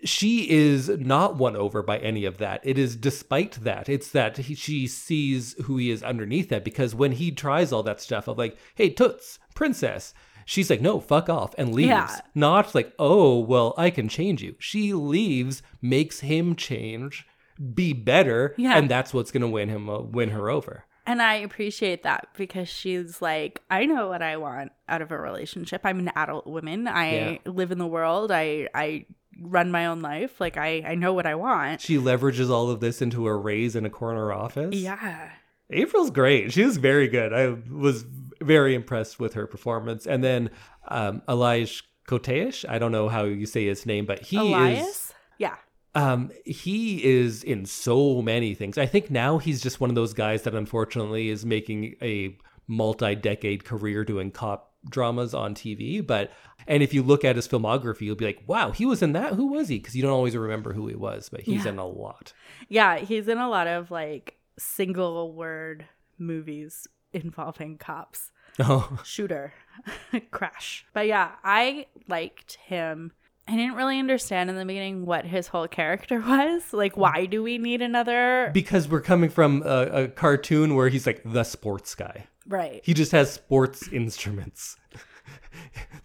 Speaker 2: she is not won over by any of that. It is despite that. It's that he, she sees who he is underneath that because when he tries all that stuff of like, hey, Toots, princess, she's like, no, fuck off and leaves.
Speaker 1: Yeah.
Speaker 2: Not like, oh, well, I can change you. She leaves, makes him change, be better,
Speaker 1: Yeah.
Speaker 2: and that's what's going to win him, uh, win her over.
Speaker 1: And I appreciate that because she's like, I know what I want out of a relationship. I'm an adult woman. I live in the world. I I run my own life. Like I I know what I want.
Speaker 2: She leverages all of this into a raise in a corner office.
Speaker 1: Yeah.
Speaker 2: April's great. She was very good. I was very impressed with her performance. And then um, Elias Koteish, I don't know how you say his name, but he is
Speaker 1: Elias. Yeah.
Speaker 2: um, he is in so many things. I think now he's just one of those guys that unfortunately is making a multi-decade career doing cop dramas on TV. But and if you look at his filmography, you'll be like, wow, he was in that. Who was he? Because you don't always remember who he was, but he's
Speaker 1: Yeah.
Speaker 2: in a lot.
Speaker 1: Yeah, he's in a lot of like single word movies involving cops.
Speaker 2: Oh,
Speaker 1: Shooter. Crash. But yeah, I liked him. I didn't really understand in the beginning what his whole character was. Like, why do we need another?
Speaker 2: because we're coming from a, a cartoon where he's like the sports guy.
Speaker 1: right.
Speaker 2: He just has sports instruments,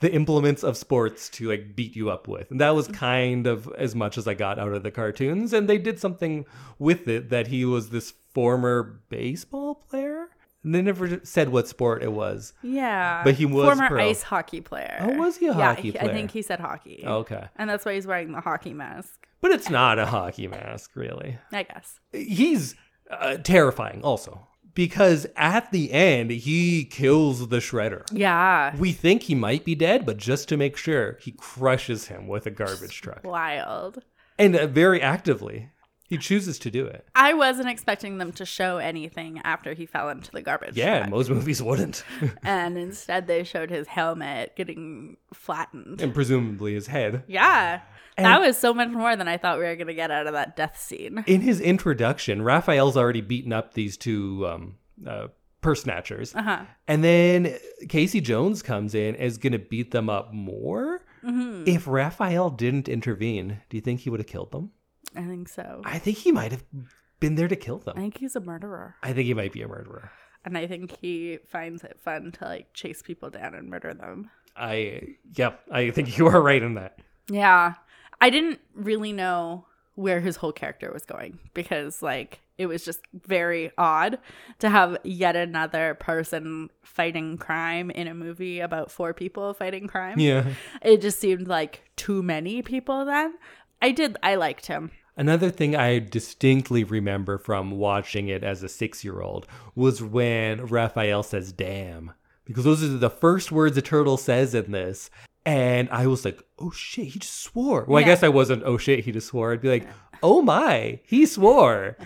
Speaker 2: the implements of sports to like beat you up with. And that was kind of as much as I got out of the cartoons. And they did something with it that he was this former baseball player. And they never said what sport it was.
Speaker 1: Yeah.
Speaker 2: But he was
Speaker 1: former
Speaker 2: pro.
Speaker 1: ice hockey player.
Speaker 2: Oh, was he a
Speaker 1: yeah,
Speaker 2: hockey
Speaker 1: he-
Speaker 2: player? Oh.
Speaker 1: I think he said hockey.
Speaker 2: Okay.
Speaker 1: And that's why he's wearing the hockey mask,
Speaker 2: But it's not a hockey mask, really.
Speaker 1: I guess.
Speaker 2: he's uh, terrifying also because at the end he kills the shredder
Speaker 1: Yeah.
Speaker 2: we think he might be dead but just to make sure he crushes him with a garbage truck
Speaker 1: Wild.
Speaker 2: and uh, very actively he chooses to do it
Speaker 1: I wasn't expecting them to show anything after he fell into the garbage.
Speaker 2: yeah
Speaker 1: truck.
Speaker 2: most movies wouldn't
Speaker 1: and instead they showed his helmet getting flattened.
Speaker 2: and presumably his head
Speaker 1: Yeah.
Speaker 2: And-
Speaker 1: that was so much more than I thought we were going to get out of that death scene.
Speaker 2: in his introduction raphael's already beaten up these two um, uh, purse snatchers
Speaker 1: Uh huh.
Speaker 2: and then casey jones comes in and is going to beat them up more
Speaker 1: hmm
Speaker 2: if raphael didn't intervene do you think he would have killed them
Speaker 1: I think so. I,
Speaker 2: I think he might have been there to kill them.
Speaker 1: think he's a murderer.
Speaker 2: I think he might be a murderer.
Speaker 1: And I think he finds it fun to like chase people down and murder them.
Speaker 2: I yep, I think you are right in that.
Speaker 1: Yeah. I didn't really know where his whole character was going because like it was just very odd to have yet another person fighting crime in a movie about four people fighting crime.
Speaker 2: Yeah.
Speaker 1: It just seemed like too many people then. I did I liked him.
Speaker 2: Another thing I distinctly remember from watching it as a 6-year-old was when Raphael says damn because those are the first words a turtle says in this and I was like, "Oh shit, he just swore." Well, I
Speaker 1: Yeah.
Speaker 2: guess I wasn't, "Oh shit, he just swore." I'd be like, "Oh my, he swore."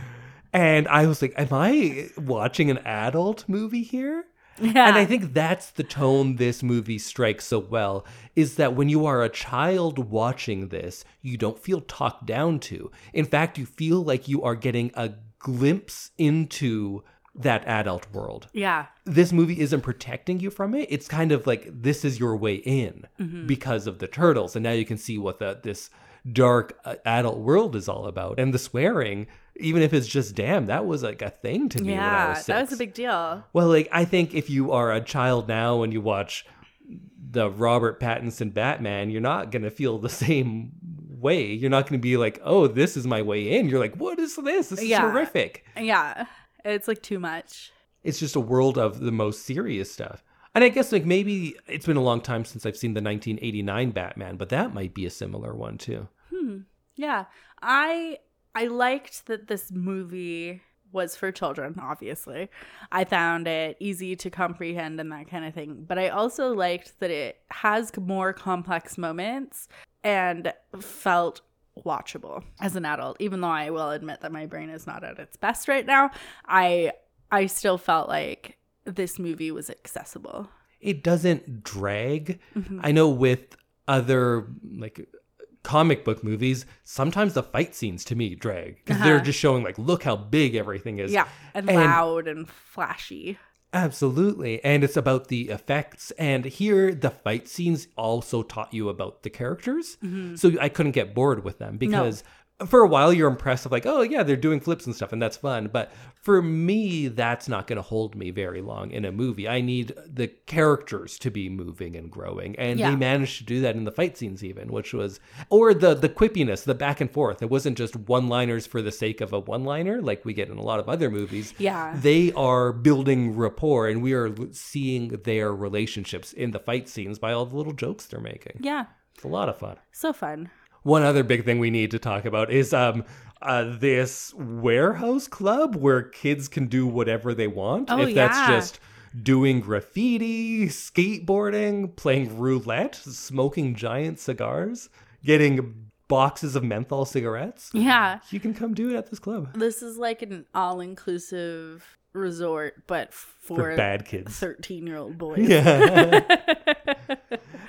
Speaker 2: And I was like, "Am I watching an adult movie here?"
Speaker 1: Yeah.
Speaker 2: And I think that's the tone this movie strikes so well is that when you are a child watching this, you don't feel talked down to. In fact, you feel like you are getting a glimpse into that adult world.
Speaker 1: yeah.
Speaker 2: This movie isn't protecting you from it. It's kind of like this is your way in
Speaker 1: Mm-hmm.
Speaker 2: because of the turtles. And now you can see what the, this dark uh, adult world is all about. And the swearing, even if it's just damn, that was like a thing to me when I
Speaker 1: Yeah.
Speaker 2: was six.
Speaker 1: that was a big deal.
Speaker 2: Well, like I think if you are a child now and you watch the Robert Pattinson Batman, you're not gonna feel the same way. You're not gonna be like, "Oh, this is my way in." You're like, "What is this? This is
Speaker 1: Yeah.
Speaker 2: horrific."
Speaker 1: Yeah. It's like too much.
Speaker 2: It's just a world of the most serious stuff. And I guess like maybe it's been a long time since I've seen the 1989 Batman, but that might be a similar one too.
Speaker 1: Hmm. Yeah. I I liked that this movie was for children, obviously. I found it easy to comprehend and that kind of thing. But I also liked that it has more complex moments and felt watchable as an adult. Even though I will admit that my brain is not at its best right now, I I still felt like this movie was accessible.
Speaker 2: It doesn't drag.
Speaker 1: Mhm.
Speaker 2: I know with other like comic book movies, sometimes the fight scenes to me drag because they're just showing like, look how big everything is.
Speaker 1: Yeah, and,
Speaker 2: And-
Speaker 1: loud and flashy.
Speaker 2: Absolutely. And it's about the effects. And here, the fight scenes also taught you about the characters. So I couldn't get bored with them because for a while you're impressed of like, oh, yeah, they're doing flips and stuff and that's fun. But for me, that's not going to hold me very long in a movie. I need the characters to be moving and growing. And
Speaker 1: Yeah.
Speaker 2: they managed to do that in the fight scenes even, which was, or the, the quippiness, the back and forth. It wasn't just one-liners for the sake of a one-liner like we get in a lot of other movies
Speaker 1: Yeah.
Speaker 2: they are building rapport and we are l- seeing their relationships in the fight scenes by all the little jokes they're making
Speaker 1: Yeah,
Speaker 2: it's a lot of fun
Speaker 1: so fun.
Speaker 2: one other big thing we need to talk about is um uh, this warehouse club where kids can do whatever they want
Speaker 1: Oh,
Speaker 2: if
Speaker 1: yeah.
Speaker 2: that's just doing graffiti skateboarding playing roulette smoking giant cigars getting boxes of menthol cigarettes
Speaker 1: Yeah,
Speaker 2: you can come do it at this club
Speaker 1: this is like an all-inclusive resort, but for,
Speaker 2: for bad kids
Speaker 1: thirteen-year-old boys.
Speaker 2: yeah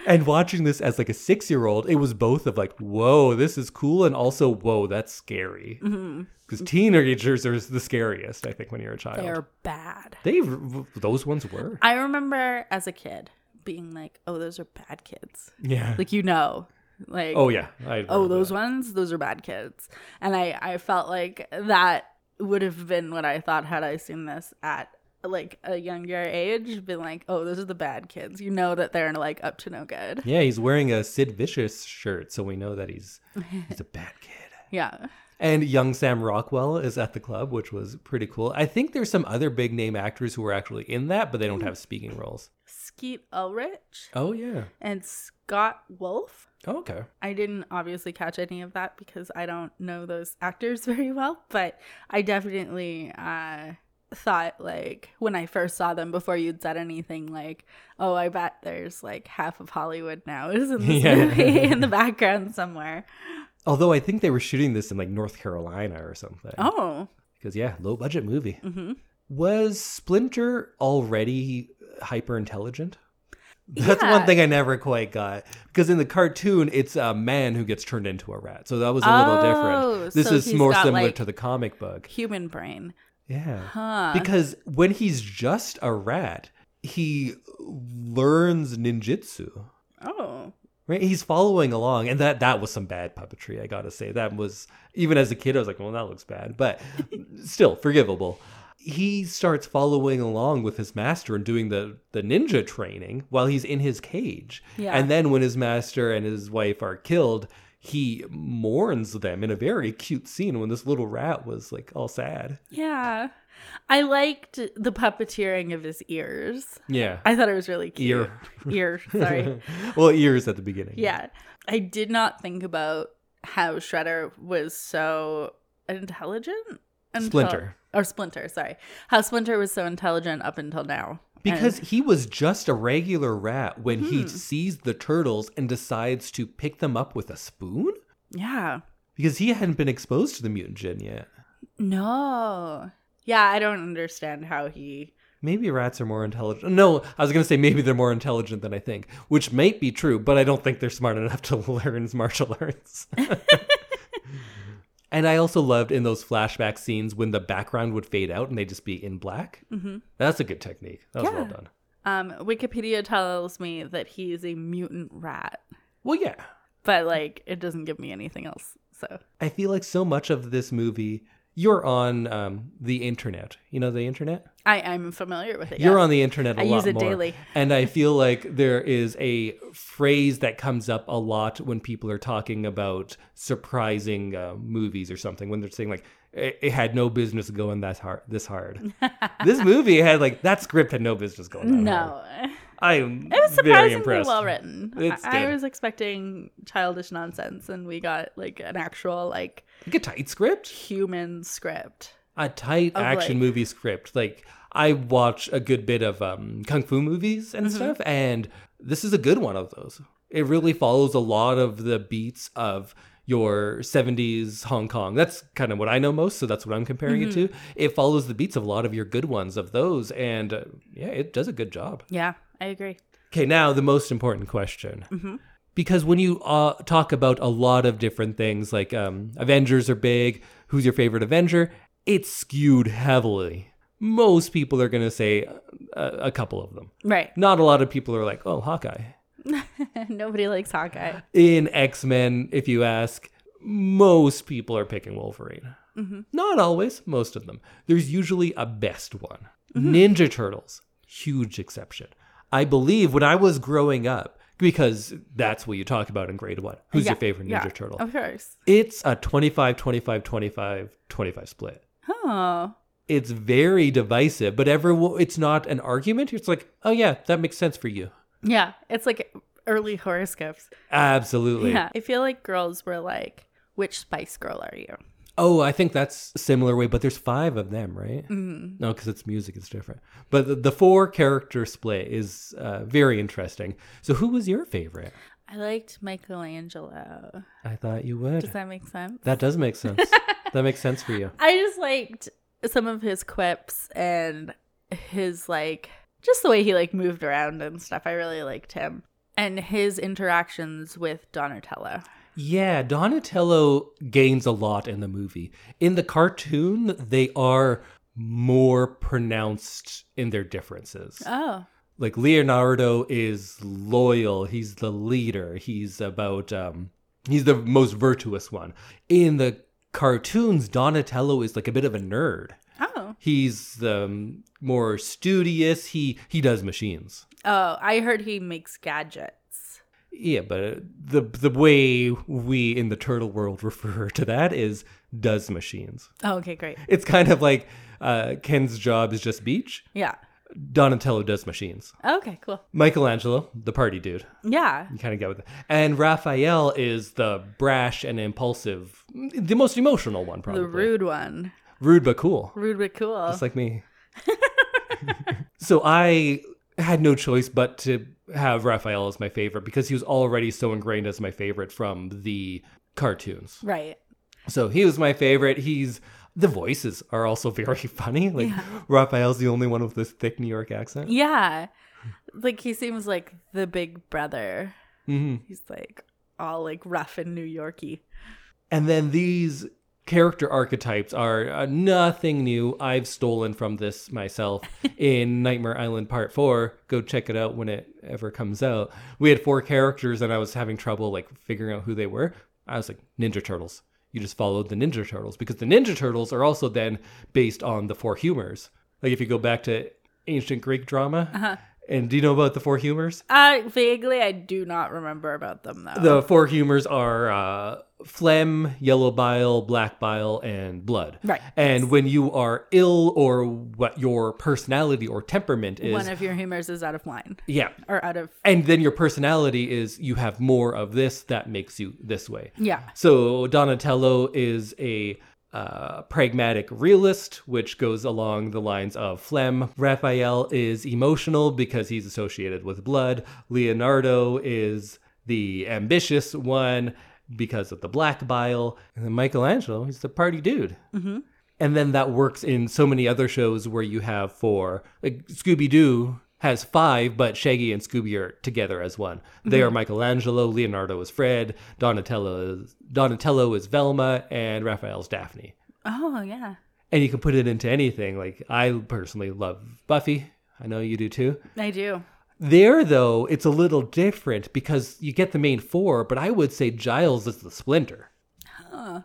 Speaker 2: and watching this as like a six year old it was both of like whoa this is cool and also whoa that's scary
Speaker 1: Mm-hmm.
Speaker 2: because teenagers are the scariest i think when you're a child
Speaker 1: They're bad.
Speaker 2: they those ones were
Speaker 1: I remember as a kid being like, "Oh, those are bad kids."
Speaker 2: yeah
Speaker 1: Like you know, like
Speaker 2: oh yeah I
Speaker 1: oh those ones those are bad kids and i i felt like that would have been what i thought had i seen this at like a younger age been like oh those are the bad kids you know that they're like up to no good
Speaker 2: yeah he's wearing a sid vicious shirt so we know that he's he's a bad kid
Speaker 1: yeah
Speaker 2: And young Sam Rockwell is at the club, which was pretty cool. I think there's some other big name actors who are actually in that, but they
Speaker 1: Mm-hmm.
Speaker 2: don't have speaking roles.
Speaker 1: skeet ulrich
Speaker 2: Oh, yeah.
Speaker 1: and scott wolf
Speaker 2: Oh, okay.
Speaker 1: I didn't obviously catch any of that because I don't know those actors very well, but I definitely uh, thought, like, when I first saw them before you'd said anything, like, oh, I bet there's like half of Hollywood now is in this
Speaker 2: Yeah.
Speaker 1: movie in the background somewhere.
Speaker 2: Although I think they were shooting this in like North Carolina or something.
Speaker 1: Oh,
Speaker 2: Because, yeah, low budget movie.
Speaker 1: Mhm.
Speaker 2: Was Splinter already hyper intelligent? That's
Speaker 1: Yeah.
Speaker 2: one thing I never quite got. Because in the cartoon, it's a man who gets turned into a rat. So that was a little
Speaker 1: Oh,
Speaker 2: different. This
Speaker 1: so
Speaker 2: is
Speaker 1: he's
Speaker 2: more
Speaker 1: got,
Speaker 2: similar
Speaker 1: like- Uh.
Speaker 2: to the comic book.
Speaker 1: human brain.
Speaker 2: Yeah.
Speaker 1: Huh.
Speaker 2: Because when he's just a rat, he learns ninjutsu.
Speaker 1: oh,
Speaker 2: Right, he's following along, and that that was some bad puppetry. I gotta say, that was even as a kid, I was like, "Well, that looks bad," but still forgivable. He starts following along with his master and doing the the ninja training while he's in his cage.
Speaker 1: Yeah.
Speaker 2: And then when his master and his wife are killed, he mourns them in a very cute scene when this little rat was like all sad.
Speaker 1: yeah. I liked the puppeteering of his ears.
Speaker 2: Yeah.
Speaker 1: I thought it was really cute.
Speaker 2: Ear.
Speaker 1: Ear, sorry.
Speaker 2: well, ears at the beginning.
Speaker 1: Yeah. I did not think about how Shredder was so intelligent. until-
Speaker 2: Splinter.
Speaker 1: Or Splinter, sorry. How Splinter was so intelligent up until now.
Speaker 2: Because he was just a regular rat when he sees the turtles and decides to pick them up with a spoon?
Speaker 1: And- yeah.
Speaker 2: Because he hadn't been exposed to the mutant gen yet.
Speaker 1: No. Yeah, I don't understand how he.
Speaker 2: Maybe rats are more intelligent. No, I was going to say maybe they're more intelligent than I think, which might be true, but I don't think they're smart enough to learn martial arts. and I also loved in those flashback scenes when the background would fade out and they'd just be in black.
Speaker 1: Mhm.
Speaker 2: That's a good technique. That was well
Speaker 1: Yeah.
Speaker 2: done.
Speaker 1: Um, Wikipedia tells me that he is a mutant rat,
Speaker 2: Well, yeah.
Speaker 1: but like it doesn't give me anything else. So
Speaker 2: I feel like so much of this movie, you're on um, the internet. You know the internet.
Speaker 1: I am familiar with it.
Speaker 2: You're
Speaker 1: yes.
Speaker 2: on the internet. a
Speaker 1: I
Speaker 2: lot
Speaker 1: use it
Speaker 2: more.
Speaker 1: daily.
Speaker 2: and I feel like there is a phrase that comes up a lot when people are talking about surprising uh, movies or something. When they're saying like, "It, it had no business going that hard." This hard. this movie had like that script had no business going. That hard.
Speaker 1: No.
Speaker 2: I am
Speaker 1: It was
Speaker 2: very
Speaker 1: surprisingly
Speaker 2: impressed.
Speaker 1: well written.
Speaker 2: It's
Speaker 1: I, I
Speaker 2: good.
Speaker 1: was expecting childish nonsense, and we got like an actual like
Speaker 2: Like a tight script.
Speaker 1: human script.
Speaker 2: a tight
Speaker 1: Of,
Speaker 2: action
Speaker 1: like-
Speaker 2: movie script. Like I watch a good bit of um, kung fu movies
Speaker 1: Mm-hmm.
Speaker 2: and stuff, and this is a good one of those. It really follows a lot of the beats of your 70s Hong Kong. That's kind of what I know most, so that's what I'm comparing
Speaker 1: Mm-hmm.
Speaker 2: it to. It follows the beats of a lot of your good ones of those, and uh, yeah, it does a good job.
Speaker 1: Yeah, I agree.
Speaker 2: Okay, now the most important question. because when you uh, talk about a lot of different things, like um, Avengers are big, who's your favorite Avenger? It's skewed heavily. Most people are going to say a, a couple of them.
Speaker 1: Right.
Speaker 2: Not a lot of people are like, oh, Hawkeye.
Speaker 1: Nobody likes Hawkeye.
Speaker 2: In X Men, if you ask, most people are picking Wolverine.
Speaker 1: Mm-hmm.
Speaker 2: Not always, most of them. There's usually a best one.
Speaker 1: Mm-hmm.
Speaker 2: Ninja Turtles, huge exception. I believe when I was growing up, because that's what you talked about in grade one. Who's your
Speaker 1: Yeah,
Speaker 2: favorite Ninja
Speaker 1: yeah,
Speaker 2: Turtle?
Speaker 1: Of course.
Speaker 2: It's a 25, 25, 25, 25 split.
Speaker 1: Oh.
Speaker 2: It's very divisive, but everyone, it's not an argument. It's like, oh yeah, that makes sense for you.
Speaker 1: Yeah. It's like early horoscopes.
Speaker 2: Absolutely.
Speaker 1: Yeah. I feel like girls were like, which Spice Girl are you?
Speaker 2: Oh, I think that's a similar way, but there's five of them, right? Mm. No, because it's music, it's different. But the, the four character split is uh, very interesting. So, who was your favorite?
Speaker 1: I liked Michelangelo.
Speaker 2: I thought you would.
Speaker 1: Does that make sense?
Speaker 2: that does make sense. that makes sense for you.
Speaker 1: I just liked some of his quips and his like just the way he like moved around and stuff. I really liked him and his interactions with Donatello.
Speaker 2: Yeah, Donatello gains a lot in the movie. In the cartoon, they are more pronounced in their differences.
Speaker 1: Oh,
Speaker 2: like Leonardo is loyal. He's the leader. He's about um he's the most virtuous one. In the cartoons, Donatello is like a bit of a nerd.
Speaker 1: oh,
Speaker 2: He's the um, more studious. He he does machines.
Speaker 1: oh! I heard he makes gadgets.
Speaker 2: Yeah, but uh, the the way we in the turtle world refer to that is does machines.
Speaker 1: Oh, okay, great.
Speaker 2: It's kind of like uh, Ken's job is just beach.
Speaker 1: Yeah.
Speaker 2: Donatello does machines.
Speaker 1: Okay, cool.
Speaker 2: Michelangelo, the party dude.
Speaker 1: Yeah.
Speaker 2: you kind of get with it. And Raphael is the brash and impulsive, the most emotional one, probably.
Speaker 1: The rude one.
Speaker 2: Rude but cool,
Speaker 1: Rude but cool.
Speaker 2: just like me. so I had no choice but to have Raphael as my favorite because he was already so ingrained as my favorite from the cartoons.
Speaker 1: right.
Speaker 2: So he was my favorite. He's the voices are also very funny. Like Raphael's the only one with this thick New York accent.
Speaker 1: Yeah. Like he seems like the big brother.
Speaker 2: hmm
Speaker 1: He's like all like rough and New Yorky.
Speaker 2: And then these character archetypes are uh, nothing new. I've stolen from this myself in Nightmare Island Part 4. Go check it out when it ever comes out. We had four characters and I was having trouble like figuring out who they were. I was like Ninja Turtles. You just followed the Ninja Turtles because the Ninja Turtles are also then based on the four humors. Like if you go back to ancient Greek drama, and do you know about the four humors?
Speaker 1: Uh, vaguely, I do not remember about them though.
Speaker 2: The four humors are uh, phlegm, yellow bile, black bile, and blood.
Speaker 1: Right.
Speaker 2: And when you are ill or what your personality or temperament is,
Speaker 1: One of your humors is out of line
Speaker 2: yeah.
Speaker 1: or out of
Speaker 2: And then your personality is you have more of this that makes you this way.
Speaker 1: yeah.
Speaker 2: So Donatello is a uh, pragmatic realist, which goes along the lines of phlegm. Raphael is emotional because he's associated with blood. Leonardo is the ambitious one because of the black bile. And then Michelangelo, he's the party dude. And then that works in so many other shows where you have four. Like Scooby Doo has five, but Shaggy and Scooby are together as one. They are Michelangelo, Leonardo is Fred, Donatello is, Donatello is Velma, and Raphael's Daphne.
Speaker 1: Oh yeah,
Speaker 2: And you can put it into anything. Like I personally love Buffy. I know you do too.
Speaker 1: I do.
Speaker 2: There though, it's a little different because you get the main four, but I would say Giles is the splinter.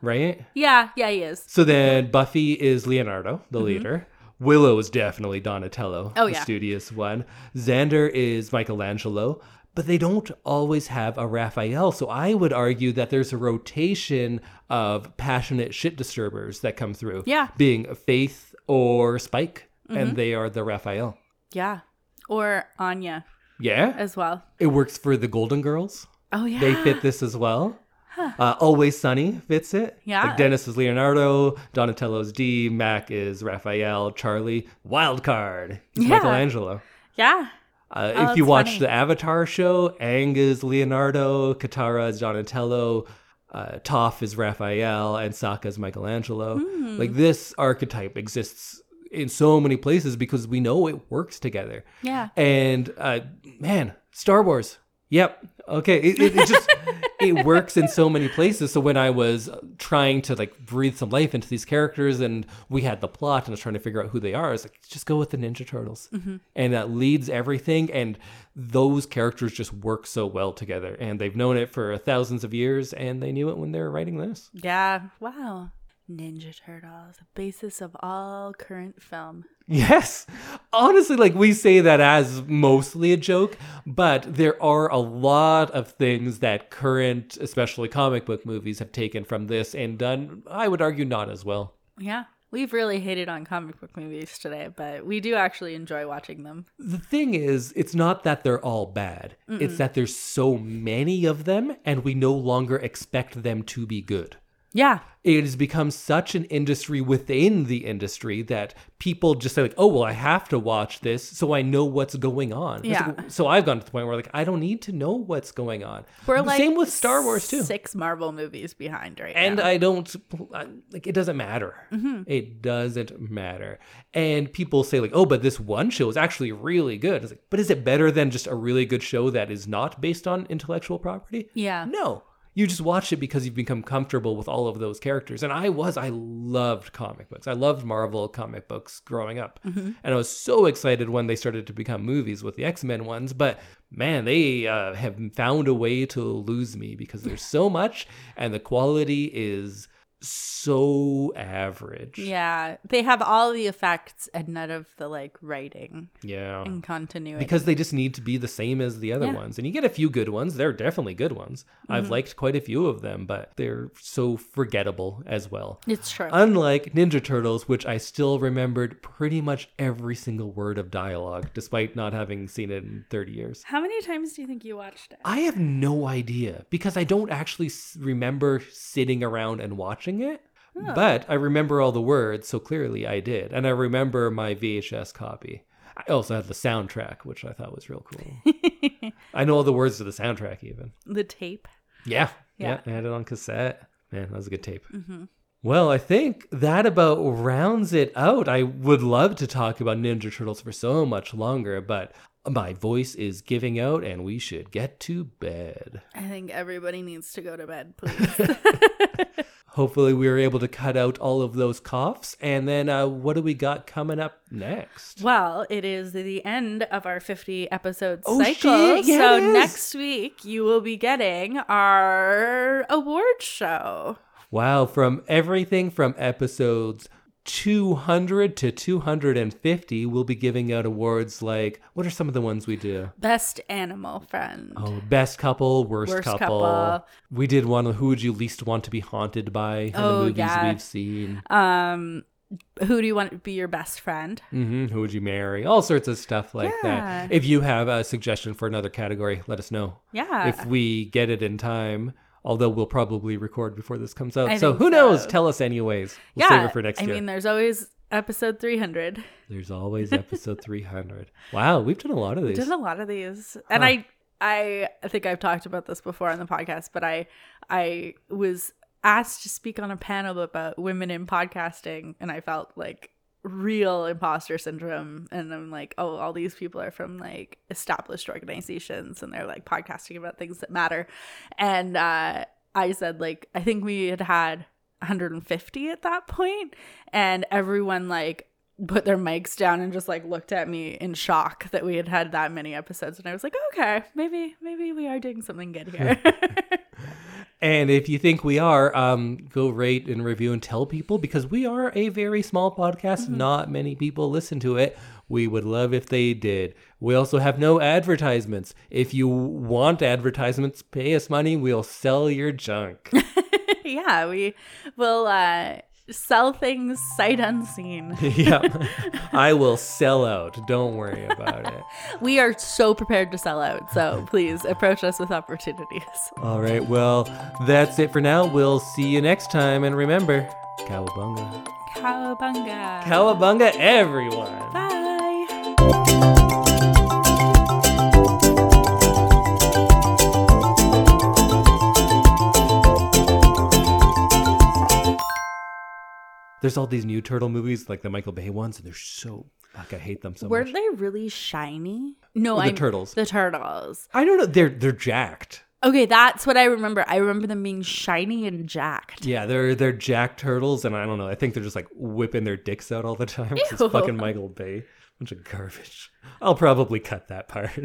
Speaker 2: Right?
Speaker 1: Yeah, yeah, he is.
Speaker 2: So then Buffy is Leonardo, the leader. Willow is definitely Donatello,
Speaker 1: Mm-hmm. Oh,
Speaker 2: the
Speaker 1: yeah.
Speaker 2: studious one. Xander is Michelangelo, but they don't always have a Raphael. So I would argue that there's a rotation of passionate shit disturbers that come through.
Speaker 1: Yeah. Mm-hmm.
Speaker 2: Being Faith or Spike, and they are the Raphael.
Speaker 1: Yeah, or Anya
Speaker 2: Yeah.
Speaker 1: as well.
Speaker 2: It works for the Golden Girls.
Speaker 1: Oh yeah,
Speaker 2: They fit this as well. Uh, Always Sunny fits it.
Speaker 1: Yeah.
Speaker 2: Like Dennis is Leonardo, Donatello's D, Mac is Raphael, Charlie, Wild Card. He's
Speaker 1: Yeah.
Speaker 2: Michelangelo.
Speaker 1: yeah,
Speaker 2: Uh,
Speaker 1: Oh,
Speaker 2: if you
Speaker 1: it's
Speaker 2: watch
Speaker 1: funny.
Speaker 2: the Avatar show, Aang is Leonardo, Katara is Donatello, uh, Toph is Raphael, and Sokka is Michelangelo.
Speaker 1: Hmm.
Speaker 2: Like this archetype exists in so many places because we know it works together.
Speaker 1: yeah.
Speaker 2: And uh, man, Star Wars, Yep. Okay. It, it, it just it works in so many places. So when I was trying to like breathe some life into these characters, and we had the plot, and I was trying to figure out who they are, I was like, just go with the Ninja Turtles, and that leads everything. And those characters just work so well together, and they've known it for thousands of years, and they knew it when they were writing this.
Speaker 1: Yeah. Wow. Ninja Turtles, the basis of all current film.
Speaker 2: Yes. Honestly, like we say that as mostly a joke, but there are a lot of things that current, especially comic book movies, have taken from this and done, I would argue, not as well.
Speaker 1: Yeah. We've really hated on comic book movies today, but we do actually enjoy watching them.
Speaker 2: The thing is, it's not that they're all bad, it's that there's so many of them and we no longer expect them to be good.
Speaker 1: Yeah.
Speaker 2: it has become such an industry within the industry that people just say like, "Oh, well, I have to watch this so I know what's going on." It's
Speaker 1: Yeah.
Speaker 2: like- so I've gotten to the point where like I don't need to know what's going on.
Speaker 1: We're
Speaker 2: The
Speaker 1: like
Speaker 2: same with Star Wars too.
Speaker 1: Six Marvel movies behind right
Speaker 2: And
Speaker 1: now.
Speaker 2: I don't I- like it doesn't matter.
Speaker 1: Mm-hmm.
Speaker 2: It doesn't matter. And people say like, "Oh, but this one show is actually really good." It's like, "But is it better than just a really good show that is not based on intellectual property?"
Speaker 1: Yeah.
Speaker 2: No. You just watch it because you've become comfortable with all of those characters. And I was, I loved comic books. I loved Marvel comic books growing up.
Speaker 1: Mm-hmm.
Speaker 2: And I was so excited when they started to become movies with the X Men ones. But man, they uh, have found a way to lose me because there's so much and the quality is so average.
Speaker 1: Yeah. They have all the effects and none of the like writing
Speaker 2: Yeah.
Speaker 1: and continuity.
Speaker 2: Because they just need to be the same as the other
Speaker 1: Yeah. Mm-hmm.
Speaker 2: ones. And you get a few good ones. They're definitely good ones. I've liked quite a few of them, but they're so forgettable as well.
Speaker 1: it's true.
Speaker 2: Unlike Ninja Turtles, which I still remembered pretty much every single word of dialogue, despite not having seen it in 30 years.
Speaker 1: How many times do you think you watched it?
Speaker 2: I have no idea because I don't actually s- remember sitting around and watching it. But I remember all the words, so clearly I did. And I remember my VHS copy. I also had the soundtrack, which I thought was real cool. I know all the words to the soundtrack, even.
Speaker 1: the tape.
Speaker 2: Yeah.
Speaker 1: Yeah.
Speaker 2: Yeah. I had it on cassette. Man, that was a good tape. Well, I think that about rounds it out. I would love to talk about Ninja Turtles for so much longer, but my voice is giving out and we should get to bed.
Speaker 1: I think everybody needs to go to bed, please.
Speaker 2: Hopefully, we were able to cut out all of those coughs. And then, uh, what do we got coming up next?
Speaker 1: well, it is the end of our 50 episode
Speaker 2: Oh,
Speaker 1: cycle.
Speaker 2: shit. Yeah,
Speaker 1: so
Speaker 2: it is.
Speaker 1: next week you will be getting our award show.
Speaker 2: Wow, from everything from episodes 200 to 250, we'll be giving out awards like what are some of the ones we do?
Speaker 1: Best animal friend.
Speaker 2: Oh, best couple, worst,
Speaker 1: Worst
Speaker 2: couple.
Speaker 1: couple.
Speaker 2: We did one. Who would you least want to be haunted by in
Speaker 1: Oh,
Speaker 2: the movies
Speaker 1: yeah.
Speaker 2: we've seen?
Speaker 1: Um who do you want to be your best friend?
Speaker 2: hmm Who would you marry? All sorts of stuff like
Speaker 1: Yeah.
Speaker 2: that. If you have a suggestion for another category, let us know.
Speaker 1: Yeah.
Speaker 2: if we get it in time. Although we'll probably record before this comes out,
Speaker 1: I
Speaker 2: so
Speaker 1: think
Speaker 2: who knows?
Speaker 1: so.
Speaker 2: Tell us anyways. We'll
Speaker 1: yeah.
Speaker 2: save it for next
Speaker 1: I
Speaker 2: year.
Speaker 1: mean, there's always episode 300.
Speaker 2: There's always episode 300. Wow, we've done a lot of
Speaker 1: We
Speaker 2: these.
Speaker 1: did a lot of these, and
Speaker 2: Huh.
Speaker 1: I I think I've talked about this before on the podcast, but I I was asked to speak on a panel about women in podcasting, and I felt like real imposter syndrome and i'm like oh all these people are from like established organizations and they're like podcasting about things that matter and uh i said like i think we had had 150 at that point and everyone like put their mics down and just like looked at me in shock that we had had that many episodes and i was like "Oh, okay maybe maybe we are doing something good here
Speaker 2: and if you think we are, um, go rate and review and tell people because we are a very small podcast. Not many people listen to it. We would love if they did. We also have no advertisements. If you want advertisements, pay us money. We'll sell your junk.
Speaker 1: yeah we will uh sell things sight unseen
Speaker 2: yeah. I will sell out. Don't worry about it.
Speaker 1: we are so prepared to sell out so please approach us with opportunities
Speaker 2: All right. Well, that's it for now. We'll see you next time. And remember, cowabunga.
Speaker 1: cowabunga
Speaker 2: Cowabunga, everyone.
Speaker 1: bye
Speaker 2: There's all these new turtle movies, like the Michael Bay ones, and they're so Fuck, I hate them so
Speaker 1: Were
Speaker 2: much.
Speaker 1: they really shiny? No,
Speaker 2: The
Speaker 1: I
Speaker 2: turtles.
Speaker 1: The turtles.
Speaker 2: I don't know. They're they're jacked.
Speaker 1: Okay, that's what I remember. I remember them being shiny and jacked.
Speaker 2: Yeah, they're they're jack turtles, and I don't know. I think they're just like whipping their dicks out all the time. 'cause
Speaker 1: Ew.
Speaker 2: It's fucking Michael Bay, bunch of garbage. I'll probably cut that part.